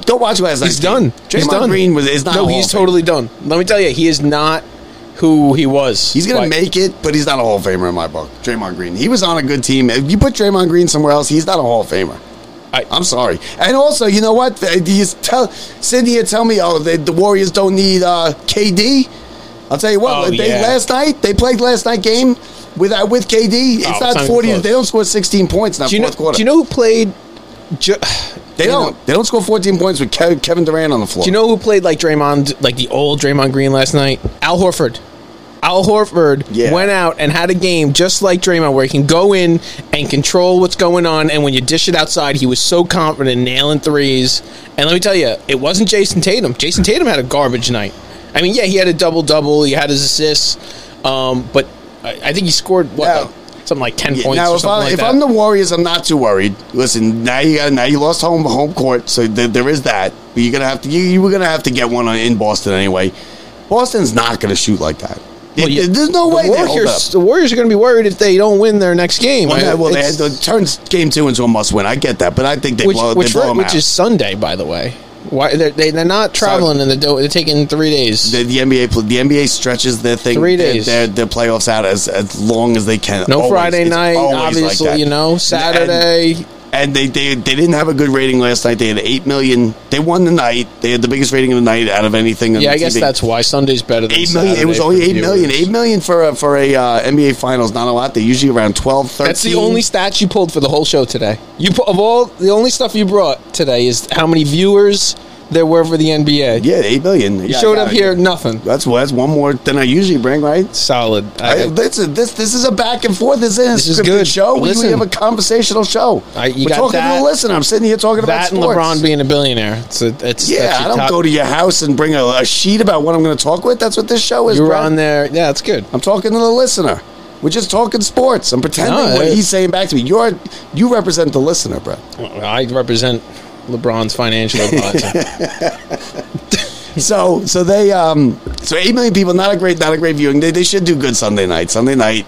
don't watch last night. He's done. Draymond he's done. Green was, is not. a No, Hall he's of Famer. totally done. Let me tell you, he is not who he was. He's going Like, to make it, but he's not a Hall of Famer in my book. Draymond Green. He was on a good team. If you put Draymond Green somewhere else, he's not a Hall of Famer. I- I'm sorry. And also, you know what? Uh, Do you tell Cindy and tell me, oh, they, the Warriors don't need uh, KD? I'll tell you what. Oh, they, yeah. Last night they played last night game with uh, with KD. It's Oh, not it's not even 40. close. They don't score 16 points in that do you know? fourth quarter. Do you know who played? Ju- they you know- don't. They don't score 14 points with Kev- Kevin Durant on the floor. do you know who played like Draymond, like the old Draymond Green last night? Al Horford. Al Horford Yeah. went out and had a game just like Draymond, where he can go in and control what's going on. And when you dish it outside, he was so confident nailing threes. And let me tell you, it wasn't Jason Tatum. Jason Tatum had a garbage night. I mean, yeah, he had a double double, he had his assists, um, but I, I think he scored what Now- like, something like ten Yeah, points. Now, or if, something I, like if that. I'm the Warriors, I'm not too worried. Listen, now you got now you lost home home court, so th- there is that. But you're gonna have to you, you were gonna have to get one on, in Boston anyway. Boston's not gonna shoot like that. Well, It- yeah, there's no the way they hold up. Warriors, the Warriors are going to be worried if they don't win their next game. Well, I- no, well, they it's- had to turns game two into a must win. I get that, but I think they which blow, which, they blow right- them which out. is Sunday, by the way. Why they're, they, they're not traveling and they're, do- they're taking three days. the, the NBA pl- the NBA stretches their thing Three their- days. their, their playoffs out as, as long as they can. no Always. Friday It's night, always like obviously. that. you know, And- and- Saturday. and they, they they didn't have a good rating last night. They had eight million. They won the night. They had the biggest rating of the night out of anything. On yeah, the I guess TV. that's why Sunday's better than eight million. Saturday It was for only eight viewers. million. Eight million for a, for a uh, NBA Finals. Not a lot. They're usually around 12, 13. That's the only stat you pulled for the whole show today. You pu- of all the only stuff you brought today is how many viewers there were for the NBA. Yeah, eight million. you showed up here nothing. That's that's one more than I usually bring, right? Solid. I, listen, this this is a back and forth. This isn't a This is scripted good. show. We Listen. usually have a conversational show. I- you We're got talking to that- the listener. I'm sitting here talking about that and sports. LeBron being a billionaire. It's a, it's yeah, that's I your don't top- go to your house and bring a, a sheet about what I'm going to talk with. That's what this show is. You were Brad. on there. Yeah, that's good. I'm talking to the listener. We're just talking sports. I'm pretending No, what it- he's saying back to me. You're you represent the listener, bro. I represent LeBron's financial advisor. So so they um so eight million people. Not a great not a great viewing. They, they should do good Sunday night. Sunday night.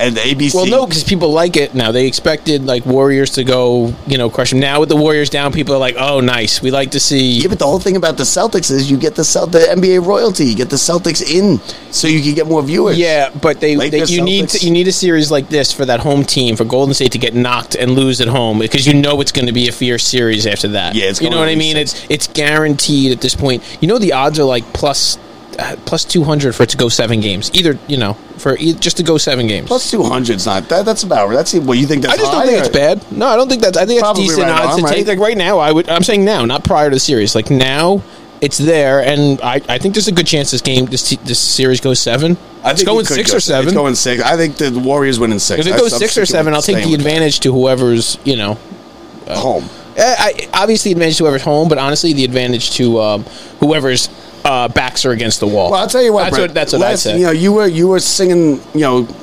and ABC. Well, no, because people like it now. They expected like Warriors to go, you know, crush them. Now with the Warriors down, people are like, "Oh, nice. We like to see." Yeah, but the whole thing about the Celtics is you get the Cel- the NBA royalty, you get the Celtics in, so you can get more viewers. Yeah, but they, they Lakers, you need Celtics. to, you need a series like this for that home team for Golden State to get knocked and lose at home because you know it's going to be a fierce series after that. Yeah, it's you know going what to I be mean. It's it's guaranteed at this point. You know the odds are like plus uh, plus two hundred for it to go seven games. Either you know for e- just to go seven games. plus two hundred's not that. That's about. That's well, you think that's. I just don't high think or- it's bad. No, I don't think that's. I think it's Probably decent right odds on, to right? take. Like right now, I would. I'm saying now, not prior to the series. Like now, it's there, and I, I think there's a good chance this game, this te- this series goes seven. I it's think going it could six go- or seven. It's going six. I think the Warriors win in six. if it I- goes I'm six or sticking seven, with I'll take staying the with advantage to whoever's you know. that. home. Eh, I, obviously, the advantage to whoever's home, but honestly, the advantage to um, whoever's uh, backs are against the wall. Well, I'll tell you what. That's Brett, what, that's what I last- said. You know, you were you were singing. You know.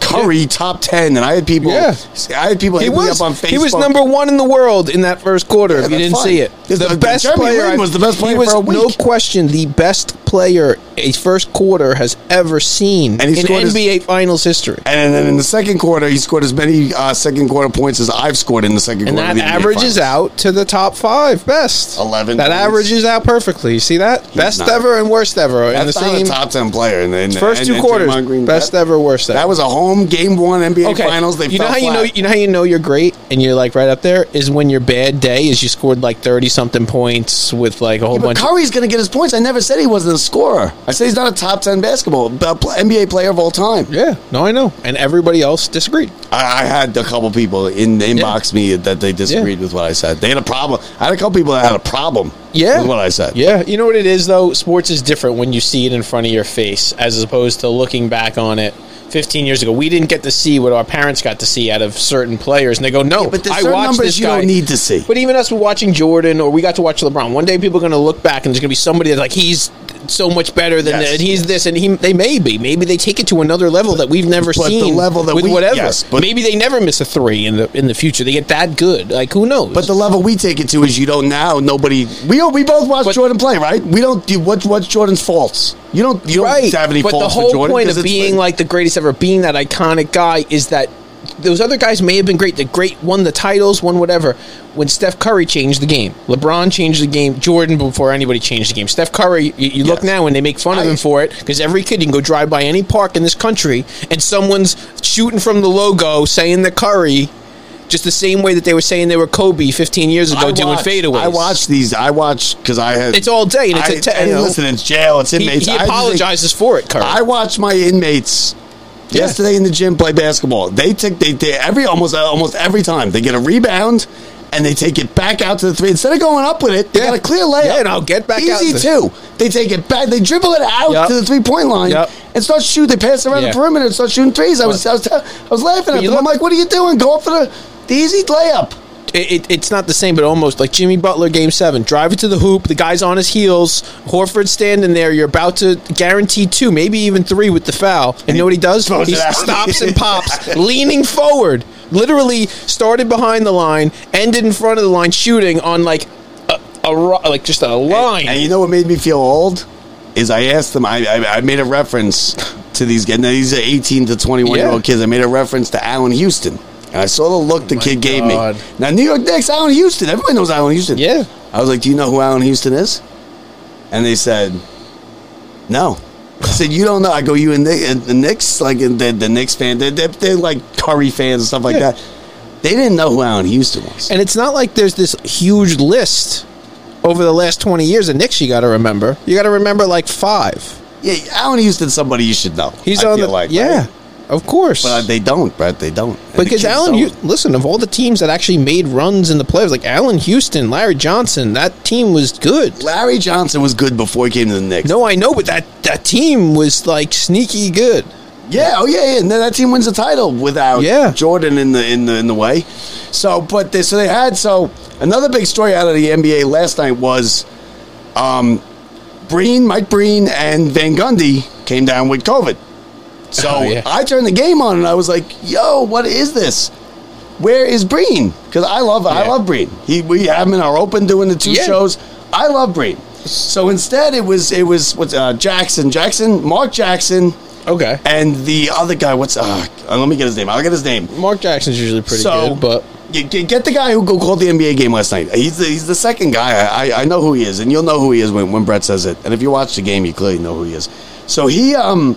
Curry top ten, and I had people. Yeah. I had people he hit me was up on Facebook. he was number one in the world in that first quarter. if you that's didn't fine. see it, The- the- Jeremy Lin was the best player He was for a week. no question the best player a first quarter has ever seen And he in scored his- NBA Finals history. And then in the second quarter, he scored as many uh, second quarter points as I've scored in the second And quarter. that averages out to the top five best. 11 That points. averages out perfectly. You see that best not- ever and worst ever That's in not the a same top ten player in the in the- first and- two and quarters. Draymond Green- best that, ever, worst ever. That was a home game one NBA Finals. They you know fell how you flat. know you know how you know you're great and you're like right up there is when your bad day is you scored like thirty something points with like a whole But bunch. of, Curry's going to get his points. I never said he wasn't a scorer. I said he's not a top ten basketball uh, pl- NBA player of all time. yeah, no, I know, and everybody else disagreed. I, I had a couple people in inbox me that they disagreed with what I said. They had a problem. I had a couple people that had a problem. Yeah, with what I said. Yeah, you know what it is though. Sports is different when you see it in front of your face as opposed to looking back on it. 15 years ago, we didn't get to see what our parents got to see out of certain players, and they go, "No, but there's I certain watched numbers this you guy." don't need to see. But even us watching Jordan, or we got to watch LeBron. One day, people are going to look back, and there's going to be somebody that's like, "He's so much better than, Yes. and he's this, and he." They may be, maybe they take it to another level that we've never but the seen. level that with we- whatever, yes, but- maybe they never miss a three in the in the future. They get that good, like who knows? But the level we take it to is you don't now. Nobody. We we both watch But- Jordan play, right? We don't. do What what's Jordan's faults? You don't. You don't have any but faults the for whole Jordan point 'cause of it's- being like the greatest ever, being that iconic guy, is that those other guys may have been great. The great won the titles, won whatever. When Steph Curry changed the game, LeBron changed the game, Jordan before anybody changed the game. Steph Curry, you, you look Yes. now and they make fun of I- him for it because every kid you can go drive by any park in this country and someone's shooting from the logo saying the Curry. Just the same way that they were saying they were Kobe 15 years ago I doing watch- fadeaways. I watch these. I watch because I had. It's all day, and it's I- a te- and you know, listen, it's jail. It's He, inmates. he I just think- apologizes for it, Curry. I watch my inmates. Yeah. Yesterday in the gym, play basketball. They take they, they every almost uh, almost every time they get a rebound, and they take it back out to the three instead of going up with it. They Yeah. got a clear layup. Yeah, and I'll get back Easy out the- too. They take it back. They dribble it out Yep. to the three point line Yep. and start shooting. They pass around Yeah. the perimeter and start shooting threes. I was I was, tell- I was laughing at you them. I'm look- like, what are you doing? Go up for the, the easy layup. it, it, it's not the same, but almost like Jimmy Butler game seven. Drive it to the hoop. The guy's on his heels. Horford standing there. You're about to guarantee two, maybe even three with the foul. And, you know what he does? throws He it out. stops and pops, leaning forward. Literally started behind the line, ended in front of the line, shooting on like a, a ro- like just a line. And you know what made me feel old is I asked them. I I, I made a reference to these kids. Now these are eighteen to twenty one year Yeah. Oh old kids. I made a reference to Allen Houston, and I saw the look the kid gave me. God. Now New York Knicks, Allen Houston. Everybody knows Allen Houston. Yeah. I was like, "Do you know who Allen Houston is?" And they said, "No." I said, "You don't know." I go, "You and the, and the Knicks, like and the, the Knicks fan. They're, they're, they're like Curry fans and stuff like Yeah. that." They didn't know who Allen Houston was. And it's not like there's this huge list over the last 20 years of Knicks you got to remember. You got to remember like five. yeah, Allen Houston's somebody you should know. He's I on feel the. like, yeah, right? of course. But Uh, they don't, Brett. They don't. And the Because kids Allen, don't. you, listen, of all the teams that actually made runs in the playoffs, like Allen Houston, Larry Johnson, that team was good. Larry Johnson was good before he came to the Knicks. No, I know, but that, that team was like sneaky good. Yeah. Oh yeah. yeah. And then that team wins the title without Yeah. Jordan in the in the in the way. So, but they, so they had so another big story out of the NBA last night was, um, Breen, Mike Breen, and Van Gundy came down with COVID. So Oh, yeah. I turned the game on and I was like, "Yo, what is this? Where is Breen? Because I love I Yeah. love Breen. He we have him in our open doing the two Yeah. shows. I love Breen. So instead, it was it was what's uh, Jackson Jackson Mark Jackson Okay. And the other guy, what's uh, let me get his name. I'll get his name. Mark Jackson's usually pretty So- good, but You, you get the guy who go- called the NBA game last night. He's the, he's the second guy. I, I, I know who he is, and you'll know who he is when, when Brett says it. And if you watch the game, you clearly know who he is. So he, um,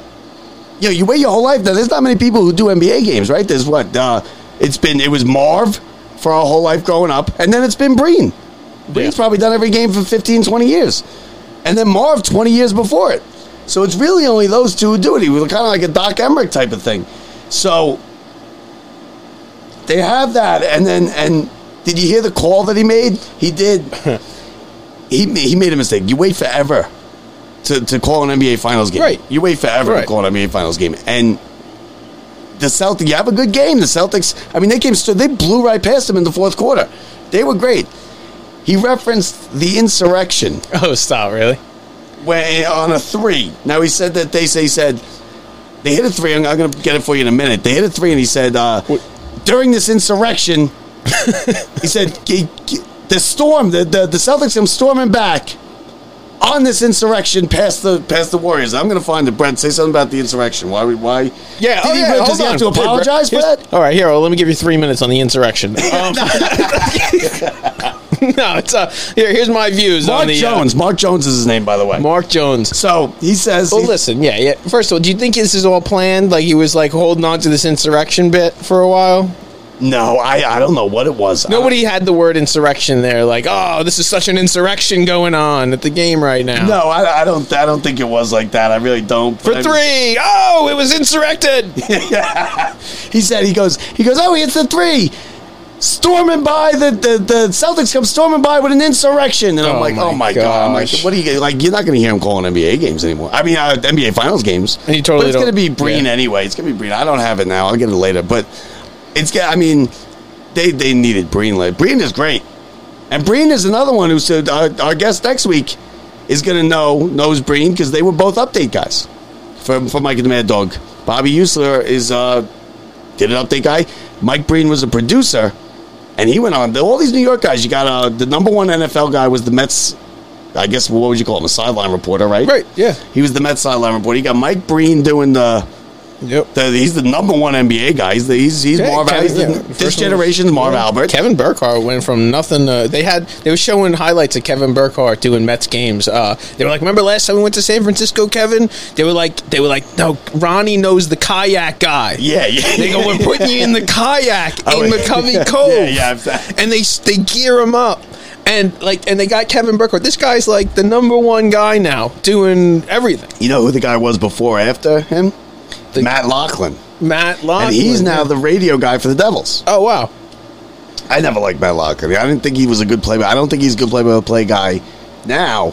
you know, you wait your whole life. Now, there's not many people who do NBA games, right? There's what? Uh, it's been, it was Marv for our whole life growing up, and then it's been Breen. Breen's probably done every game for 15, 20 years. And then Marv 20 years before it. So it's really only those two who do it. He was kind of like a Doc Emmerich type of thing. So they have that, and then and did you hear the call that he made? He did. he ma- he made a mistake. You wait forever to, to call an NBA Finals game. Right. You wait forever to Right. call an NBA Finals game, and the Celtics. You have a good game. The Celtics. I mean, they came. st- They blew right past them in the fourth quarter. They were great. He referenced the insurrection oh, stop! Really? when, eh, on a three. Now he said that they say he said they hit a three. I'm, I'm going to get it for you in a minute. They hit a three, and he said uh, during this insurrection, he said "G- g- the storm, the, the the Celtics come storming back on this insurrection past the past the Warriors. I'm going to find the Brent. Say something about the insurrection. Why? we- Why? Did Yeah. oh, he- yeah. does hold he on. have to Hey, Brett, apologize for here's- that? All right, here. Well, let me give you three minutes on the insurrection. Um, no, it's uh, here. Here's my views Mark on the uh, Jones. Mark Jones is his name, by the way. Mark Jones. So he says. Well, he- listen, yeah, yeah. First of all, do you think this is all planned? Like he was like holding on to this insurrection bit for a while. no, I I don't know what it was. I don't- Nobody had the word insurrection there. Like, oh, this is such an insurrection going on at the game right now. No, I, I don't. I don't think it was like that. I really don't. For but I- three. Oh, it was insurrected. He said he goes he goes oh he hits the three, storming by the the, the Celtics come storming by with an insurrection and I'm Oh like my oh my god I'm like gosh. what are you like you're not gonna hear him calling NBA games anymore I mean uh, NBA Finals games And you totally but it's don't- gonna be Breen yeah. anyway it's gonna be Breen I don't have it now I'll get it later but it's ga- I mean they they needed Breen like Breen is great and Breen is another one who said our, our guest next week is gonna know knows Breen because they were both update guys for for Mike and the Mad Dog Bobby Usler is uh did an update guy. Mike Breen was a producer, and he went on. All these New York guys, you got uh, the number one NFL guy was the Mets. I guess what would you call him? A sideline reporter, right? Right, yeah. He was the Mets sideline reporter. You got Mike Breen doing the. Yep. the he's the number one NBA guy. He's the, he's, he's Yeah, Marv. Kevin, he's the, yeah. this First one. generation's Marv Albert. Kevin Burkhardt went from nothing. To, they had they were showing highlights of Kevin Burkhardt doing Mets games. Uh, they were like, "Remember last time we went to San Francisco, Kevin?" They were like, "They were like, no, Ronnie knows the kayak guy." yeah, yeah. They go, "We're putting you in the kayak Oh, in yeah. McCovey Yeah, Cove." yeah, I've- and they they gear him up. And like, and they got Kevin Burkhardt. This guy's like the number one guy now, doing everything. you know who the guy was before or after him? The- Matt Lachlan. Matt Long, And he's now the radio guy for the Devils. oh wow, I never liked Matt Lockley. I didn't think he was a good play. I don't think he's a good play-by-play guy now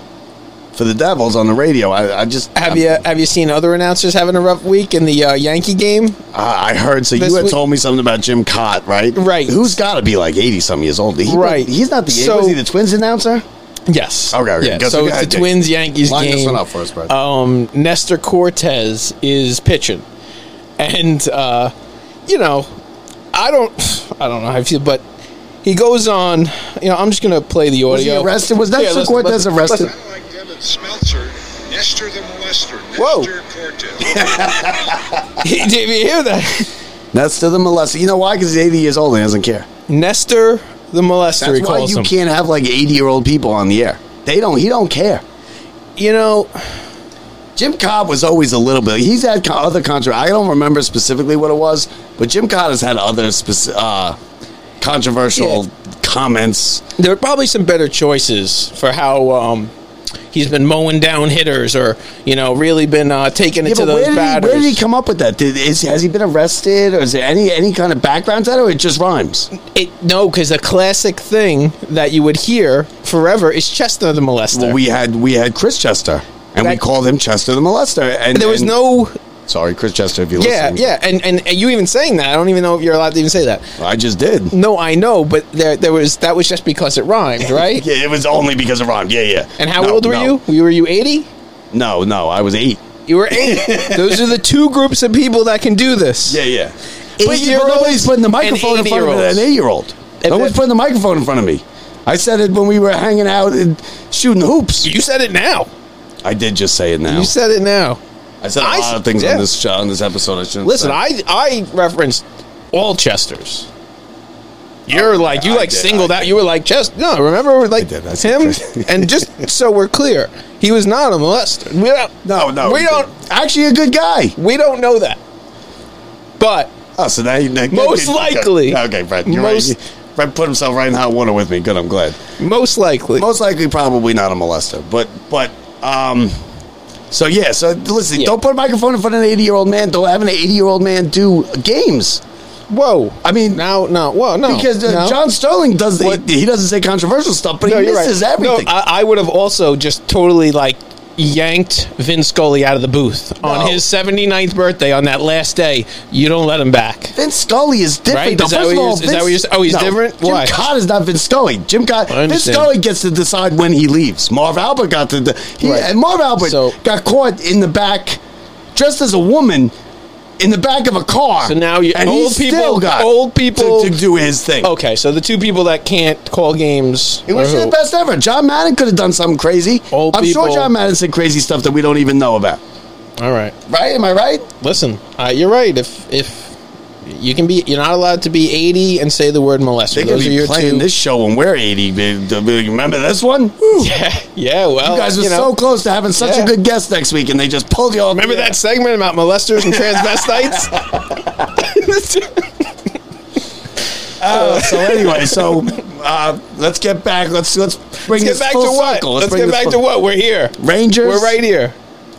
for the Devils on the radio. I, I just have you have you seen other announcers having a rough week in the uh, Yankee game? I, I heard. So This you had week- told me something about Jim Cott, right? Right. Who's got to be like eighty some years old? He, Right. He's not the. So- was he the Twins announcer? Yes. Okay, okay. Yeah, Guess so we it's gotta the dig- Twins Yankees Line game. this one up for us, Brad. Um, Nestor Cortez is pitching, and uh, you know, I don't, I don't know how I feel, but he goes on. You know, I'm just gonna play the audio. Was he arrested? Was Nestor listen, Cortez listen, arrested? listen. like Devin Smeltzer, Nestor the Molester, Whoa. Nestor Cortez. He- Did you hear that? That's to the molester. You know why? Because he's eighty years old and he doesn't care. Nestor the molester. That's he why calls you him. can't have like eighty year old people on the air. They don't. He don't care. You know, Jim Cobb was always a little bit. He's had co- other controversy. I don't remember specifically what it was, but Jim Cobb has had other speci- uh, controversial comments. there are probably some better choices for how. Um, He's been mowing down hitters, or you know, really been uh, taking it Yeah, to but those where did, he, batters. where did he come up with that? Did, is, has he been arrested, or is there any any kind of background to that, or it just rhymes? It no, because the classic thing that you would hear forever is Chestnut the molester. Well, we had we had Chris Chester, and we That- called him Chester the Molester, and there was and- no sorry, Chris Chester, if you yeah listen, yeah, and, and and you even saying that I don't even know if you're allowed to even say that. I just did. No, I know, but there there was that was just because it rhymed, right? Yeah, it was only because it rhymed. Yeah, yeah. And how No, old were no. you? you? Were you eighty? No, no, I was eight. You were eight. Those are the two groups of people that can do this. Yeah, yeah. But you, but Eight-year-olds nobody's putting the and microphone in front of eighty-year-olds. an eight-year-old. And No one's the- putting the microphone in front of me. I said it when we were hanging out and shooting hoops. You said it now. I did just say it now. You said it now. I said a I lot s- of things yeah. on this show, on this episode. I shouldn't. Listen, say. I I referenced all Chesters. You're like you Oh, I like did, singled I out. You were like Chest. No, remember like did, I him. said- and just so we're clear, he was not a molester. We don't. no, no, We he don't. didn't. Actually, a good guy. We don't know that. But Oh, so now you now- Most okay, likely. Okay, Brett, you're Most- right. Brett put himself right in hot water with me. Good, I'm glad. most likely, Most likely, probably not a molester, but but um. So yeah, so listen, Yeah. don't put a microphone in front of an eighty-year-old man. Don't have an eighty-year-old man do games. whoa. I mean, Now, no, whoa, no. because uh, no. John Sterling does What? he, he doesn't say controversial stuff, but No, he you're misses right. everything. No, I, I would have also just totally like yanked Vin Scully out of the booth on No. his 79th birthday on that last day. You don't let him back. Vince Scully is different. Right? though. Is that First what of all, you're- is that what you're- oh, he's different? Jim Why? Cott is not Vince Scully. Jim Cott. I Vince understand. Scully gets to decide when he leaves. Marv Albert got to. The, he, Right. And Marv Albert So- got caught in the back, dressed as a woman, in the back of a car. So now you- and old people- old people- to, to do his thing. Okay, so the two people that can't call games. It are was who? the best ever. John Madden could have done something crazy. Old I'm sure people- John Madden said crazy stuff that we don't even know about. All right. Right? Am I right? Listen, uh, you're right. If if you can be, you're not allowed to be 80 and say the word molester. They could Those are be your playing two. this show when we're 80. babe. Remember this one? yeah, yeah. Well, You guys were you know, so close to having such Yeah. a good guest next week, and they just pulled you off. Remember that segment about molesters and transvestites? Uh, so anyway, so uh, let's get back. Let's let's bring this Let's get back to full what? circle. Let's, bring get this back full- to what? We're here. Rangers. We're right here.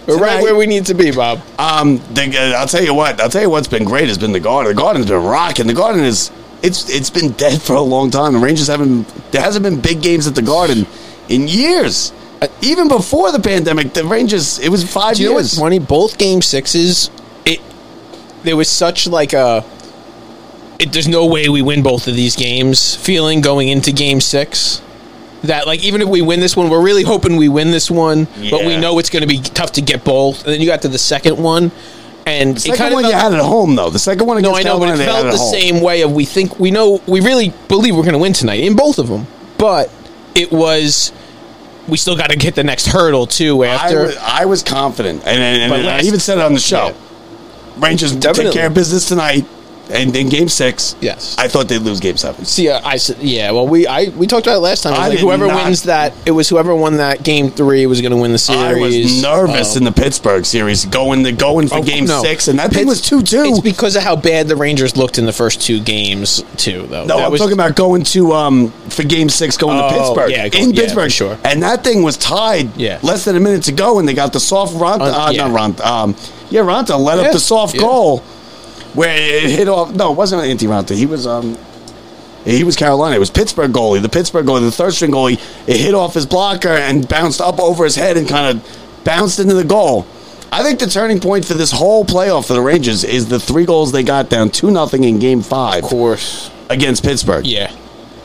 We're right Tonight. where we need to be, Bob. Um, the, uh, I'll tell you what. I'll tell you what's been great has been the Garden. The Garden's been rocking. The Garden is it's it's been dead for a long time. The Rangers haven't there hasn't been big games at the Garden in years. Uh, Even before the pandemic, the Rangers it was five Do you know what's years. funny? Both game sixes, it there was such like a. It, there's no way we win both of these games. Feeling going into game six, that like even if we win this one, we're really hoping we win this one, but we Yeah. know it's going to be tough to get both. And then you got to the second one, and the second one you had at home though. The second one No, against I know, but Carolina, it they had felt at the home. same way of we think we know we really believe we're going to win tonight in both of them, but it was we still got to get the next hurdle too. After I was, I was confident, and, and, But and last- I even said it on the show. Rangers will Definitely. take care of business tonight, and in Game Six, Yes. I thought they'd lose Game Seven. See, uh, I said, yeah. Well, we I we talked about it last time. It was I like did whoever not- wins that, it was whoever won that game three was going to win the I series. was nervous Um, in the Pittsburgh series, going to going for oh, Game no. Six, and that thing was It's- two two. It's because of how bad the Rangers looked in the first two games, too. Though No, That I'm was- talking about going to um for Game Six, going Oh, to Pittsburgh yeah, go- in yeah, Pittsburgh, for sure. And that thing was tied Yeah. less than a minute to go, and they got the soft Ronta, Un- uh, yeah. not Ronta, um, yeah, Ronta let Yeah, up the soft yeah. goal where it hit off. No, it wasn't Antti Ronta. He was um. He was Carolina. It was Pittsburgh goalie. The Pittsburgh goalie, the third string goalie, it hit off his blocker and bounced up over his head and kind of bounced into the goal. I think the turning point for this whole playoff for the Rangers is the three goals they got down two nothing in Game Five of course. against Pittsburgh. Yeah,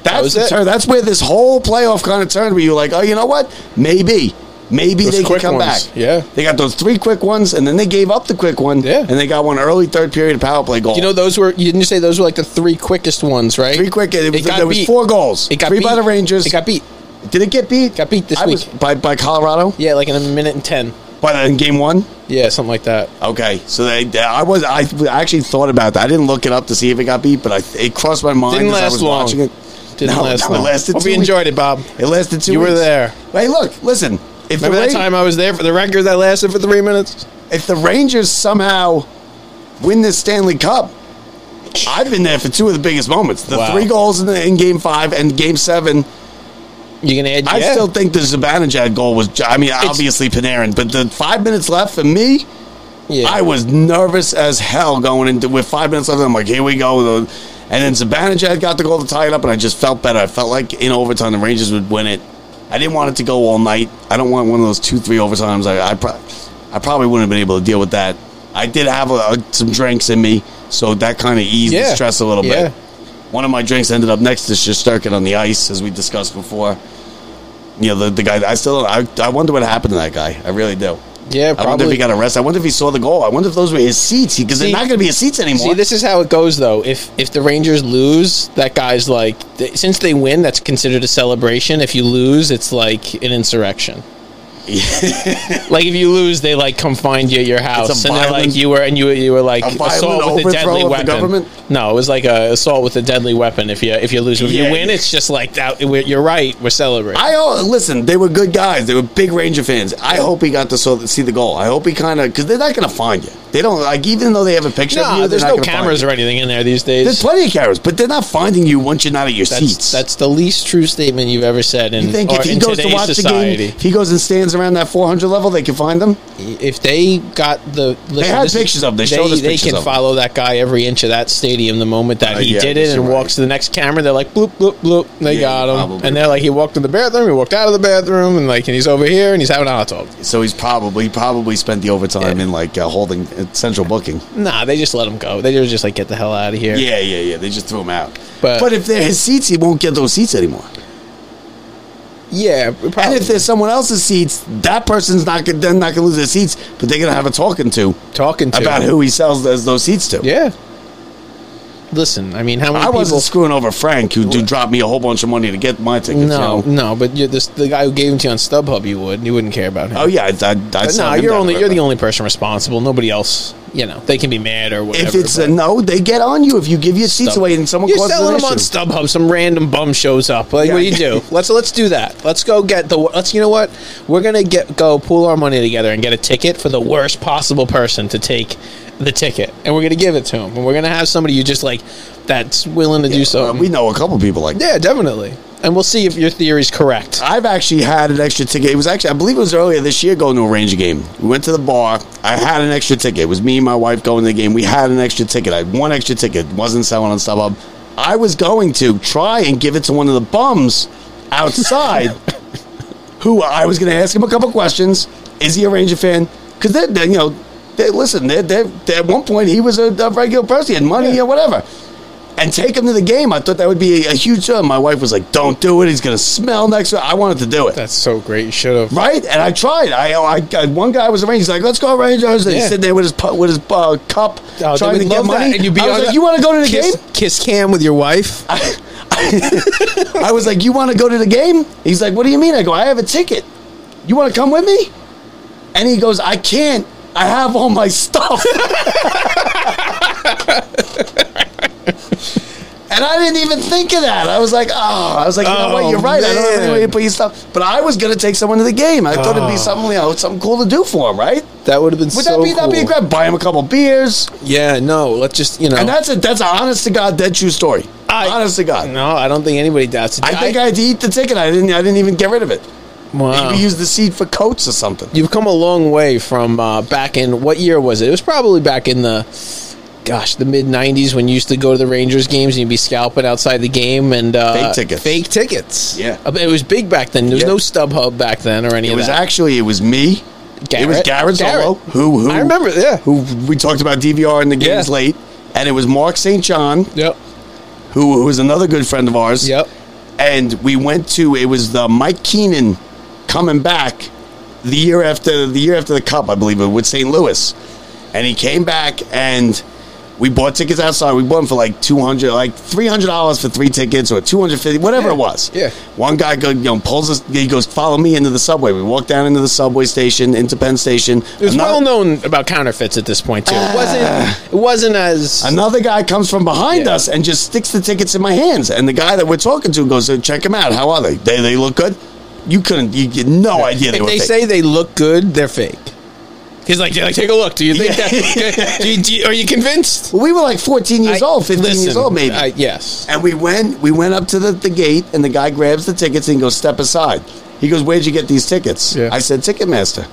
That's was the it. turn. That's where this whole playoff kind of turned. Where you're like, oh, you know what? Maybe, maybe Those they can quick come ones, back. yeah. they got those three quick ones, and then they gave up the quick one. Yeah. and they got one early third period power play goal. you know those were. You didn't say those were like the three quickest ones, right? three quick. It was, got there was beat. four goals. It got three beat. by the Rangers. It got beat. Did it get beat? Got beat this I was- week. by by Colorado. Yeah, like in a minute and ten. By the, in game one. Yeah, something like that. Okay, so they, they- I was I actually thought about that. I didn't look it up to see if it got beat, but I, it crossed my mind Didn't as I last was long. watching it. Didn't No, last no, it long. lasted Hope two you weeks. enjoyed it, Bob. It lasted two. You were weeks. there. Hey, look, listen. If the Remember that Ra- time I was there for the record that lasted for three minutes? if the Rangers somehow win this Stanley Cup, I've been there for two of the biggest moments: the Wow. three goals in, the, in Game Five and Game Seven. You can add. I yeah. still think the Zibanejad goal was. I mean, obviously Panarin, but the five minutes left for me, Yeah. I was nervous as hell going into with five minutes left. I'm like, here we go. And then Zibanejad got the goal to tie it up, and I just felt better. I felt like in overtime the Rangers would win it. I didn't want it to go all night. I don't want one of those two, three overtimes. I, I, pro- I probably wouldn't have been able to deal with that. I did have uh some drinks in me, so that kind of eased Yeah. the stress a little Yeah. bit. One of my drinks ended up next to Shosturkin on the ice, as we discussed before. You know, the, the guy, I still, I, I wonder what happened to that guy. I really do. I Yeah, wonder if probably. he got arrested. I wonder if he saw the goal. I wonder if those were his seats because they're See- not going to be his seats anymore. See, this is how it goes though. If if the Rangers lose, that guy's like, th- since they win, that's considered a celebration. If you lose, it's like an insurrection. like if you lose, they like come find you at your house, It's a and they're violent- like you were and you were, you were like A violent assault with a overthrow deadly of the weapon. government? No, it was like a assault with a deadly weapon. If you if you lose, if Yeah. you win, it's just like that. You're right. We're celebrating. I oh, listen. They were good guys. They were big Ranger fans. I hope he got to saw, see the goal. I hope he kind of because they're not going to find you. They don't like even though they have a picture. of you, no, they're there's not no gonna find cameras you. or anything in there these days. There's plenty of cameras, but they're not finding you once you're not at your That's, seats. that's the least true statement you've ever said in, you think or if he in goes to today's watch the society. game, if he goes and stands around that 400 level, they can find them. If they got the, listen, had this is- pictures of them. They They, showed us they pictures can of them. follow that guy every inch of that stadium the moment that Uh, he yeah, did I it guess and you're walks right. to the next camera. They're like bloop bloop bloop. They Yeah, got him, probably. and they're like he walked in the bathroom, he walked out of the bathroom, and like and he's over here and he's having a hot dog. So he's probably probably spent the overtime in like uh, holding uh, central booking. Nah, they just let him go. They were just like get the hell out of here. Yeah, yeah, yeah. They just threw him out. But, But- if they're his seats, he won't get those seats anymore. yeah. Probably. And if there's someone else's seats, that person's not gonna, they're not going to lose their seats, but they're going to have a talking to talking to about who he sells those, those seats to. Yeah. Listen, I mean, how many I people? wasn't screwing over Frank, who do dropped me a whole bunch of money to get my tickets. No, you know? no, but you're this, the guy who gave him to you on StubHub, you would, you wouldn't care about him. Oh yeah, I, I, I But saw no, him you're down only there, you're the but- only person responsible. Nobody else, you know, they can be mad or whatever. If it's but a no, they get on you if you give your seats Stub- away and someone you're causes selling an them on issue. StubHub, some random bum shows up. Like, Yeah. what do you do? let's let's do that. Let's go get the. Let's you know what? We're gonna get go pool our money together and get a ticket for the worst possible person to take the ticket, and we're gonna give it to him, and we're gonna have somebody you just like that's willing to do Uh, something. we know a couple people like that. Yeah, definitely. And we'll see if your theory's correct. I've actually had an extra ticket. It was actually, I believe it was earlier this year going to a Ranger game. We went to the bar. I had an extra ticket. It was me and my wife going to the game. We had an extra ticket. I had one extra ticket. Wasn't selling on StubHub. I was going to try and give it to one of the bums outside who I was going to ask him a couple questions. Is he a Ranger fan? Because they're, they're, you know, they listen, they're, they're, they're- at one point he was a, a regular person. He had money or whatever and take him to the game. I thought that would be a, a huge job. My wife was like, "Don't do it. He's gonna smell next." week." I wanted to do it, That's so great. You should have. right? And I tried. I, I, I one guy was a Ranger. He's like, "Let's go Rangers." And He's Yeah. sitting there with his pu- with his uh, cup, Oh, they trying would to get love that. money. And you'd be I was on like, the- "You want to go to the Kiss, game?" kiss cam with your wife. I was like, "You want to go to the game?" He's like, "What do you mean?" I go, "I have a ticket. You want to come with me?" And he goes, "I can't. I have all my stuff." And I didn't even think of that. I was like, oh, I was like, you know what? Oh, You're right. I don't have any way to man. put your stuff. But I was gonna take someone to the game. I thought it'd be something, you know, something cool to do for him, right? That would have been Would so that be that'd be a cool. grab? Buy him a couple beers, Yeah, no. Let's just you know. and that's it. That's an honest to god, dead true story. I- honest to god. no, I don't think anybody doubts it. I think I had to eat the ticket. I didn't. I didn't even get rid of it. wow. Maybe use the seat for coats or something. You've come a long way from uh, back in what year was it? It was probably back in the gosh, the mid '90s when you used to go to the Rangers games and you'd be scalping outside the game and uh, Fake tickets. Fake tickets. Yeah. Uh, it was big back then. There was Yeah. no StubHub back then or any It of was that. actually it was me. It was Garrett, Solo. Who who I remember. Yeah. who we talked about DVR in the games Yeah. late, and it was Mark St. John Yep. who who is another good friend of ours. Yep. and we went to it was the Mike Keenan coming back the year after the year after the cup, I believe it with St. Louis, and he came back and we bought tickets outside. We bought them for like two hundred, like three hundred dollars for three tickets or two hundred fifty, whatever it was. yeah. One guy go, you know, pulls us. He goes, "Follow me into the subway." We walk down into the subway station, into Penn Station. It was Another- well known about counterfeits at this point too. It wasn't. It wasn't as. Another guy comes from behind Yeah. us and just sticks the tickets in my hands. And the guy that we're talking to goes, "Uh, "Check them out. How are they? They they look good." You couldn't. You had no idea they if were. they fake. say they look good, they're fake. He's like, like take a look. Do you think that? Do you, do you- are you convinced? Well, we were like 14 years I- old, 15 years listen, old, maybe. I- yes. and we went we went up to the, the gate, and the guy grabs the tickets and goes, "Step aside." He goes, "Where'd you get these tickets?" Yeah. I said, "Ticketmaster."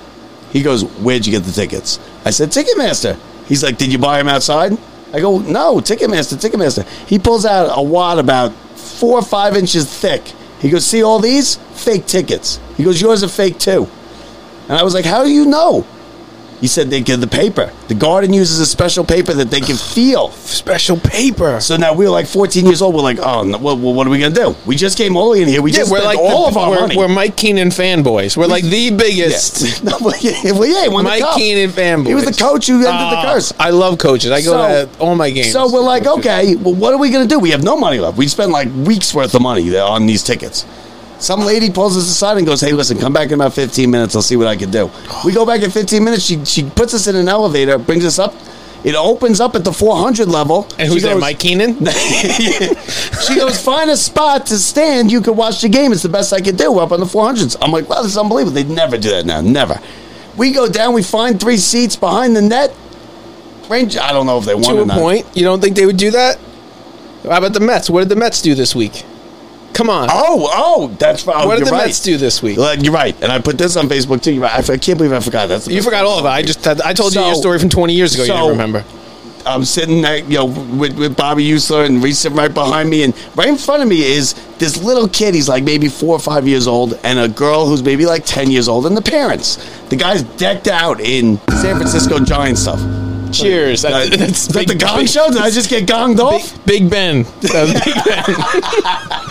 He goes, "Where'd you get the tickets?" I said, "Ticketmaster." He's like, "Did you buy them outside?" I go, "No, Ticketmaster, Ticketmaster." He pulls out a wad about four or five inches thick. He goes, "See all these fake tickets?" He goes, "Yours are fake too." And I was like, "How do you know?" He said, "They give the paper. The garden uses a special paper that they can feel." Special paper. So now we're like 14 years old. We're like, oh, no, well, well, what are we gonna do? We just came early in here. We Yeah, just we're spent like all the- of our we're, money. we're Mike Keenan fanboys. We're like the yeah. biggest No, well, yeah, well, yeah, he won the Mike cup. Keenan fanboys. He was the coach who ended the Ah, curse. I love coaches. I go to all my games. So we're like, okay, well, what are we gonna do? We have no money left. We spent like weeks worth of money there on these tickets. Some lady pulls us aside and goes, "Hey, listen, come back in about 15 minutes. I'll see what I can do." We go back in 15 minutes. She she puts us in an elevator, brings us up. It opens up at the 400 level. And who's She there, goes- Mike Keenan? she goes, find a spot to stand. You can watch the game. It's the best I can do. We're up on the 400s. I'm like, wow, this is unbelievable. They'd never do that now. Never. We go down. We find three seats behind the net. Range. I don't know if they won to or a not. point. You don't think they would do that? How about the Mets? What did the Mets do this week? Come on. Oh, oh, that's right. Oh, what did you're the right. Mets do this week? Well, You're right. And I put this on Facebook too. You're right. I, f- I can't believe I forgot. That's the You best forgot part. all of it. I just had, I told you your So- story from 20 years ago. you so- didn't remember. I'm sitting there, you know, with, with Bobby Usler and Reese sitting right behind me, and right in front of me is this little kid. He's like maybe four or five years old, and a girl who's maybe like ten years old, and the parents. The guy's decked out in San Francisco Giant stuff. Cheers. Uh, That- is that the gong big, show? Did I just get gonged off? Big, big Ben. That was Big Ben.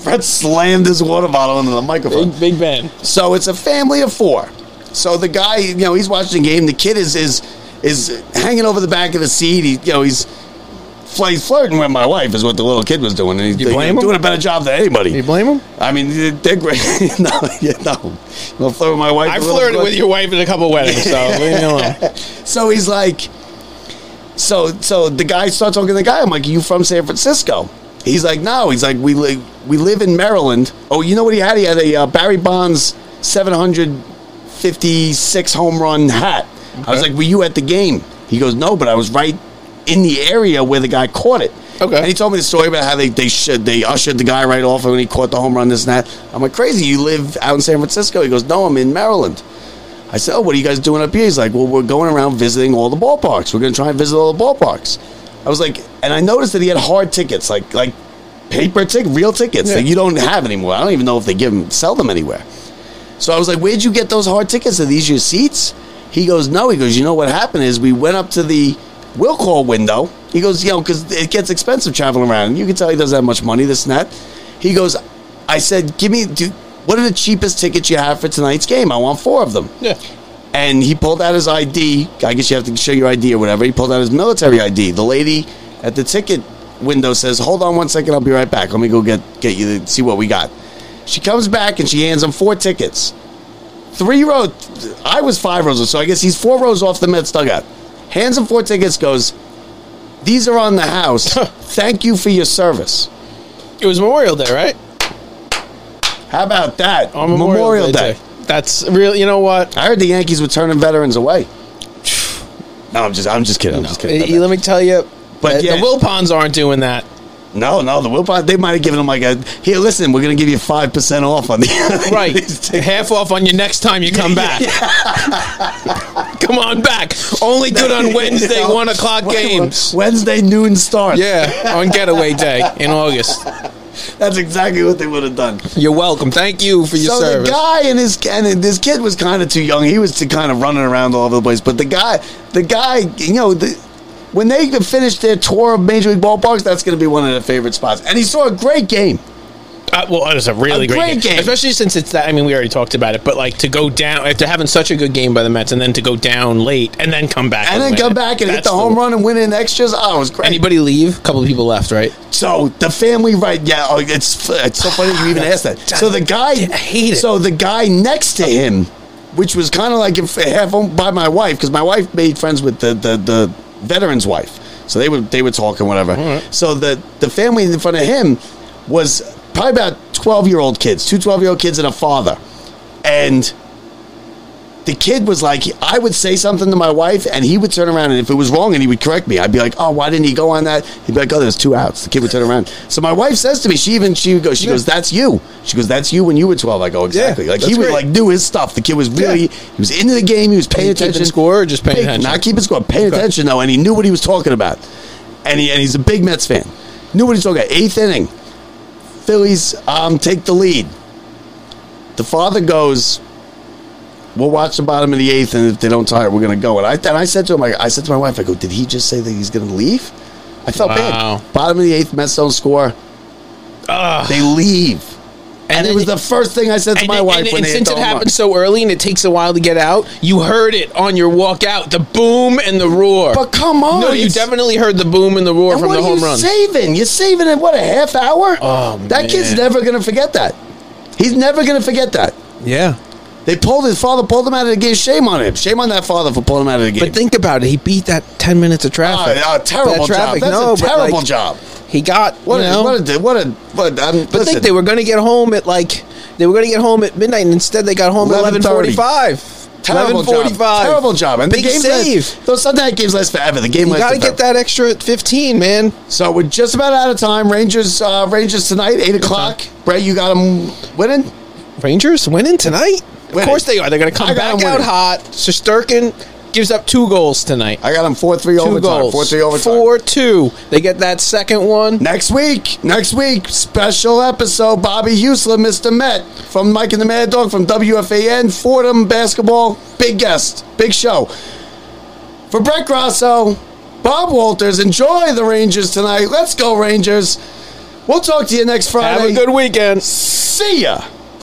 Fred slammed his water bottle into the microphone. Big, big Ben. So it's a family of four. So the guy, you know, he's watching the game. The kid is is is hanging over the back of the seat. He, you know, he's fl- he's flirting with my wife is what the little kid was doing. And he's You blame him? doing a better job than anybody. You blame him? I mean, they're great. no, yeah, no. I'll flirt with my wife. I a little flirted bit. with your wife at a couple weddings, so leave me alone. So he's like, so so the guy starts talking to the guy. I'm like, you from San Francisco? He's like, no. He's like, we live we live in Maryland. Oh, you know what he had? He had a uh, Barry Bonds 756 home run hat. I was like, were you at the game? He goes, no, but I was right in the area where the guy caught it. Okay. And he told me the story about how they they should they ushered the guy right off when he caught the home run this and that. I'm like, crazy. You live out in San Francisco? He goes, no, I'm in Maryland. I said, "Oh, what are you guys doing up here?" He's like, "Well, we're going around visiting all the ballparks. We're going to try and visit all the ballparks." I was like, and I noticed that he had hard tickets, like like paper ticket, real tickets that you don't have anymore. I don't even know if they give them, sell them anywhere. So I was like, "Where'd you get those hard tickets? Are these your seats?" He goes, "No." He goes, "You know what happened is we went up to the will call window." He goes, "You know, because it gets expensive traveling around. You can tell he doesn't have much money. This and that." He goes, "I said, give me." Do, what are the cheapest tickets you have for tonight's game? I want four of them Yeah. and he pulled out his ID. I guess you have to show your ID or whatever. He pulled out his military ID. The lady at the ticket window says, "Hold on one second, I'll be right back. Let me go get get you see what we got." She comes back and she hands him four tickets. Three rows. I was five rows, so I guess he's four rows off the Mets dugout. Hands him four tickets. Goes, "These are on the house. Thank you for your service." It was Memorial Day, right? How about that? On Memorial, Day. Day. That's real. You know what? I heard the Yankees were turning veterans away. No, I'm just, I'm just kidding. I'm just kidding. Eh, Let me tell you. But But yeah. the Wilpons aren't doing that. No, no, the Wilpon, they might have given him like a here. Listen, we're gonna give you five percent off on the Right. these tickets." Half off on you next time you come back. come on back. Only good on Wednesday, You know, 1 o'clock games. Wednesday noon start. Yeah, on getaway day in August. that's exactly what they would have done. You're welcome. Thank you for your so service. the guy and his and this kid was kind of too young. He was to kind of running around all over the place. But the guy, the guy, you know, the, when they finish their tour of major league ballparks, that's gonna be one of their favorite spots. And he saw a great game. Uh, well, it was a really A great, great game. game. especially since it's that. I mean, we already talked about it, but like to go down after having such a good game by the Mets, and then to go down late, and then come back, And then win come it. back and hit Oh, That's the home run and win in extras. Oh, it was great. Anybody leave? A couple of people left, right? So the family, right? Yeah, oh, it's it's so funny you even asked that. So the guy, I hate it. So the guy next to him, which was kind of like if half owned by my wife, because my wife made friends with the the, the veteran's wife, so they were they were talking whatever. So the the family in front of him was probably about twelve year old kids, two 12 year old kids and a father, and the kid was like, I would say something to my wife, and he would turn around, and if it was wrong, and he would correct me. I'd be like, Oh, why didn't he go on that? He'd be like, Oh, there's two outs. The kid would turn around. So my wife says to me, she even she goes, she goes, That's you. She goes, That's you when you were twelve. I go, Exactly. like he that's would great. like do his stuff. The kid was really he was into the game. He was paying He keeping attention. score or just paying Big- attention? Not keeping score. Paying attention though, and he knew what he was talking about. And he and he's a big Mets fan. Knew what he was talking about. Eighth inning. Phillies um, take the lead. The father goes, "We'll watch the bottom of the eighth, and if they don't tie it, we're going to go." And I and I said to him, I, I said to my wife, "I go, did he just say that he's going to leave?" I felt Wow. bad. Bottom of the eighth, Mets don't score. They leave, and, it then- was the first thing I said to And, my and- wife and- when and they since hit it the home run. happened so early and it takes a while to get out, you heard it on your walk out the boom and the roar. But come on, no, you Oh, it's- definitely heard the boom and the roar And from what the are home you run. saving? You're saving it what a half hour. Oh, that kid's man. never going to forget that. He's never going to forget that. Yeah. They pulled his father, pulled him out of the game. Shame on him. Shame on that father for pulling him out of the game. But think about it. He beat that 10 minutes of traffic. Oh, oh, terrible That traffic. job. That's no, a but, terrible like, job. He got, What you know. a, what a, what a, what um, I'm, but think they were going to get home at like, they were going to get home at midnight and instead they got home at 11:30. 1145. terrible job. Terrible job. And Big the game save. Last, those Sunday night games last forever. The game you lasts got to get that extra 15, man. So we're just about out of time. Rangers, uh, Rangers tonight, eight o'clock. Brett, you got them winning. Rangers winning tonight? Of Winning. course they are. They're going to I come got back them out winning. hot. Sisterkin gives up two goals tonight. I got them four three Two overtime. goals. Four three overtime. 4-2. They get that second one. Next week, next week, special episode. Bobby Usla, Mr. Met from Mike and the Mad Dog from WFAN, Fordham Basketball. Big guest, big show. For Brett Grosso, Bob Walters, enjoy the Rangers tonight. Let's go, Rangers. We'll talk to you next Friday. Have a good weekend. See ya.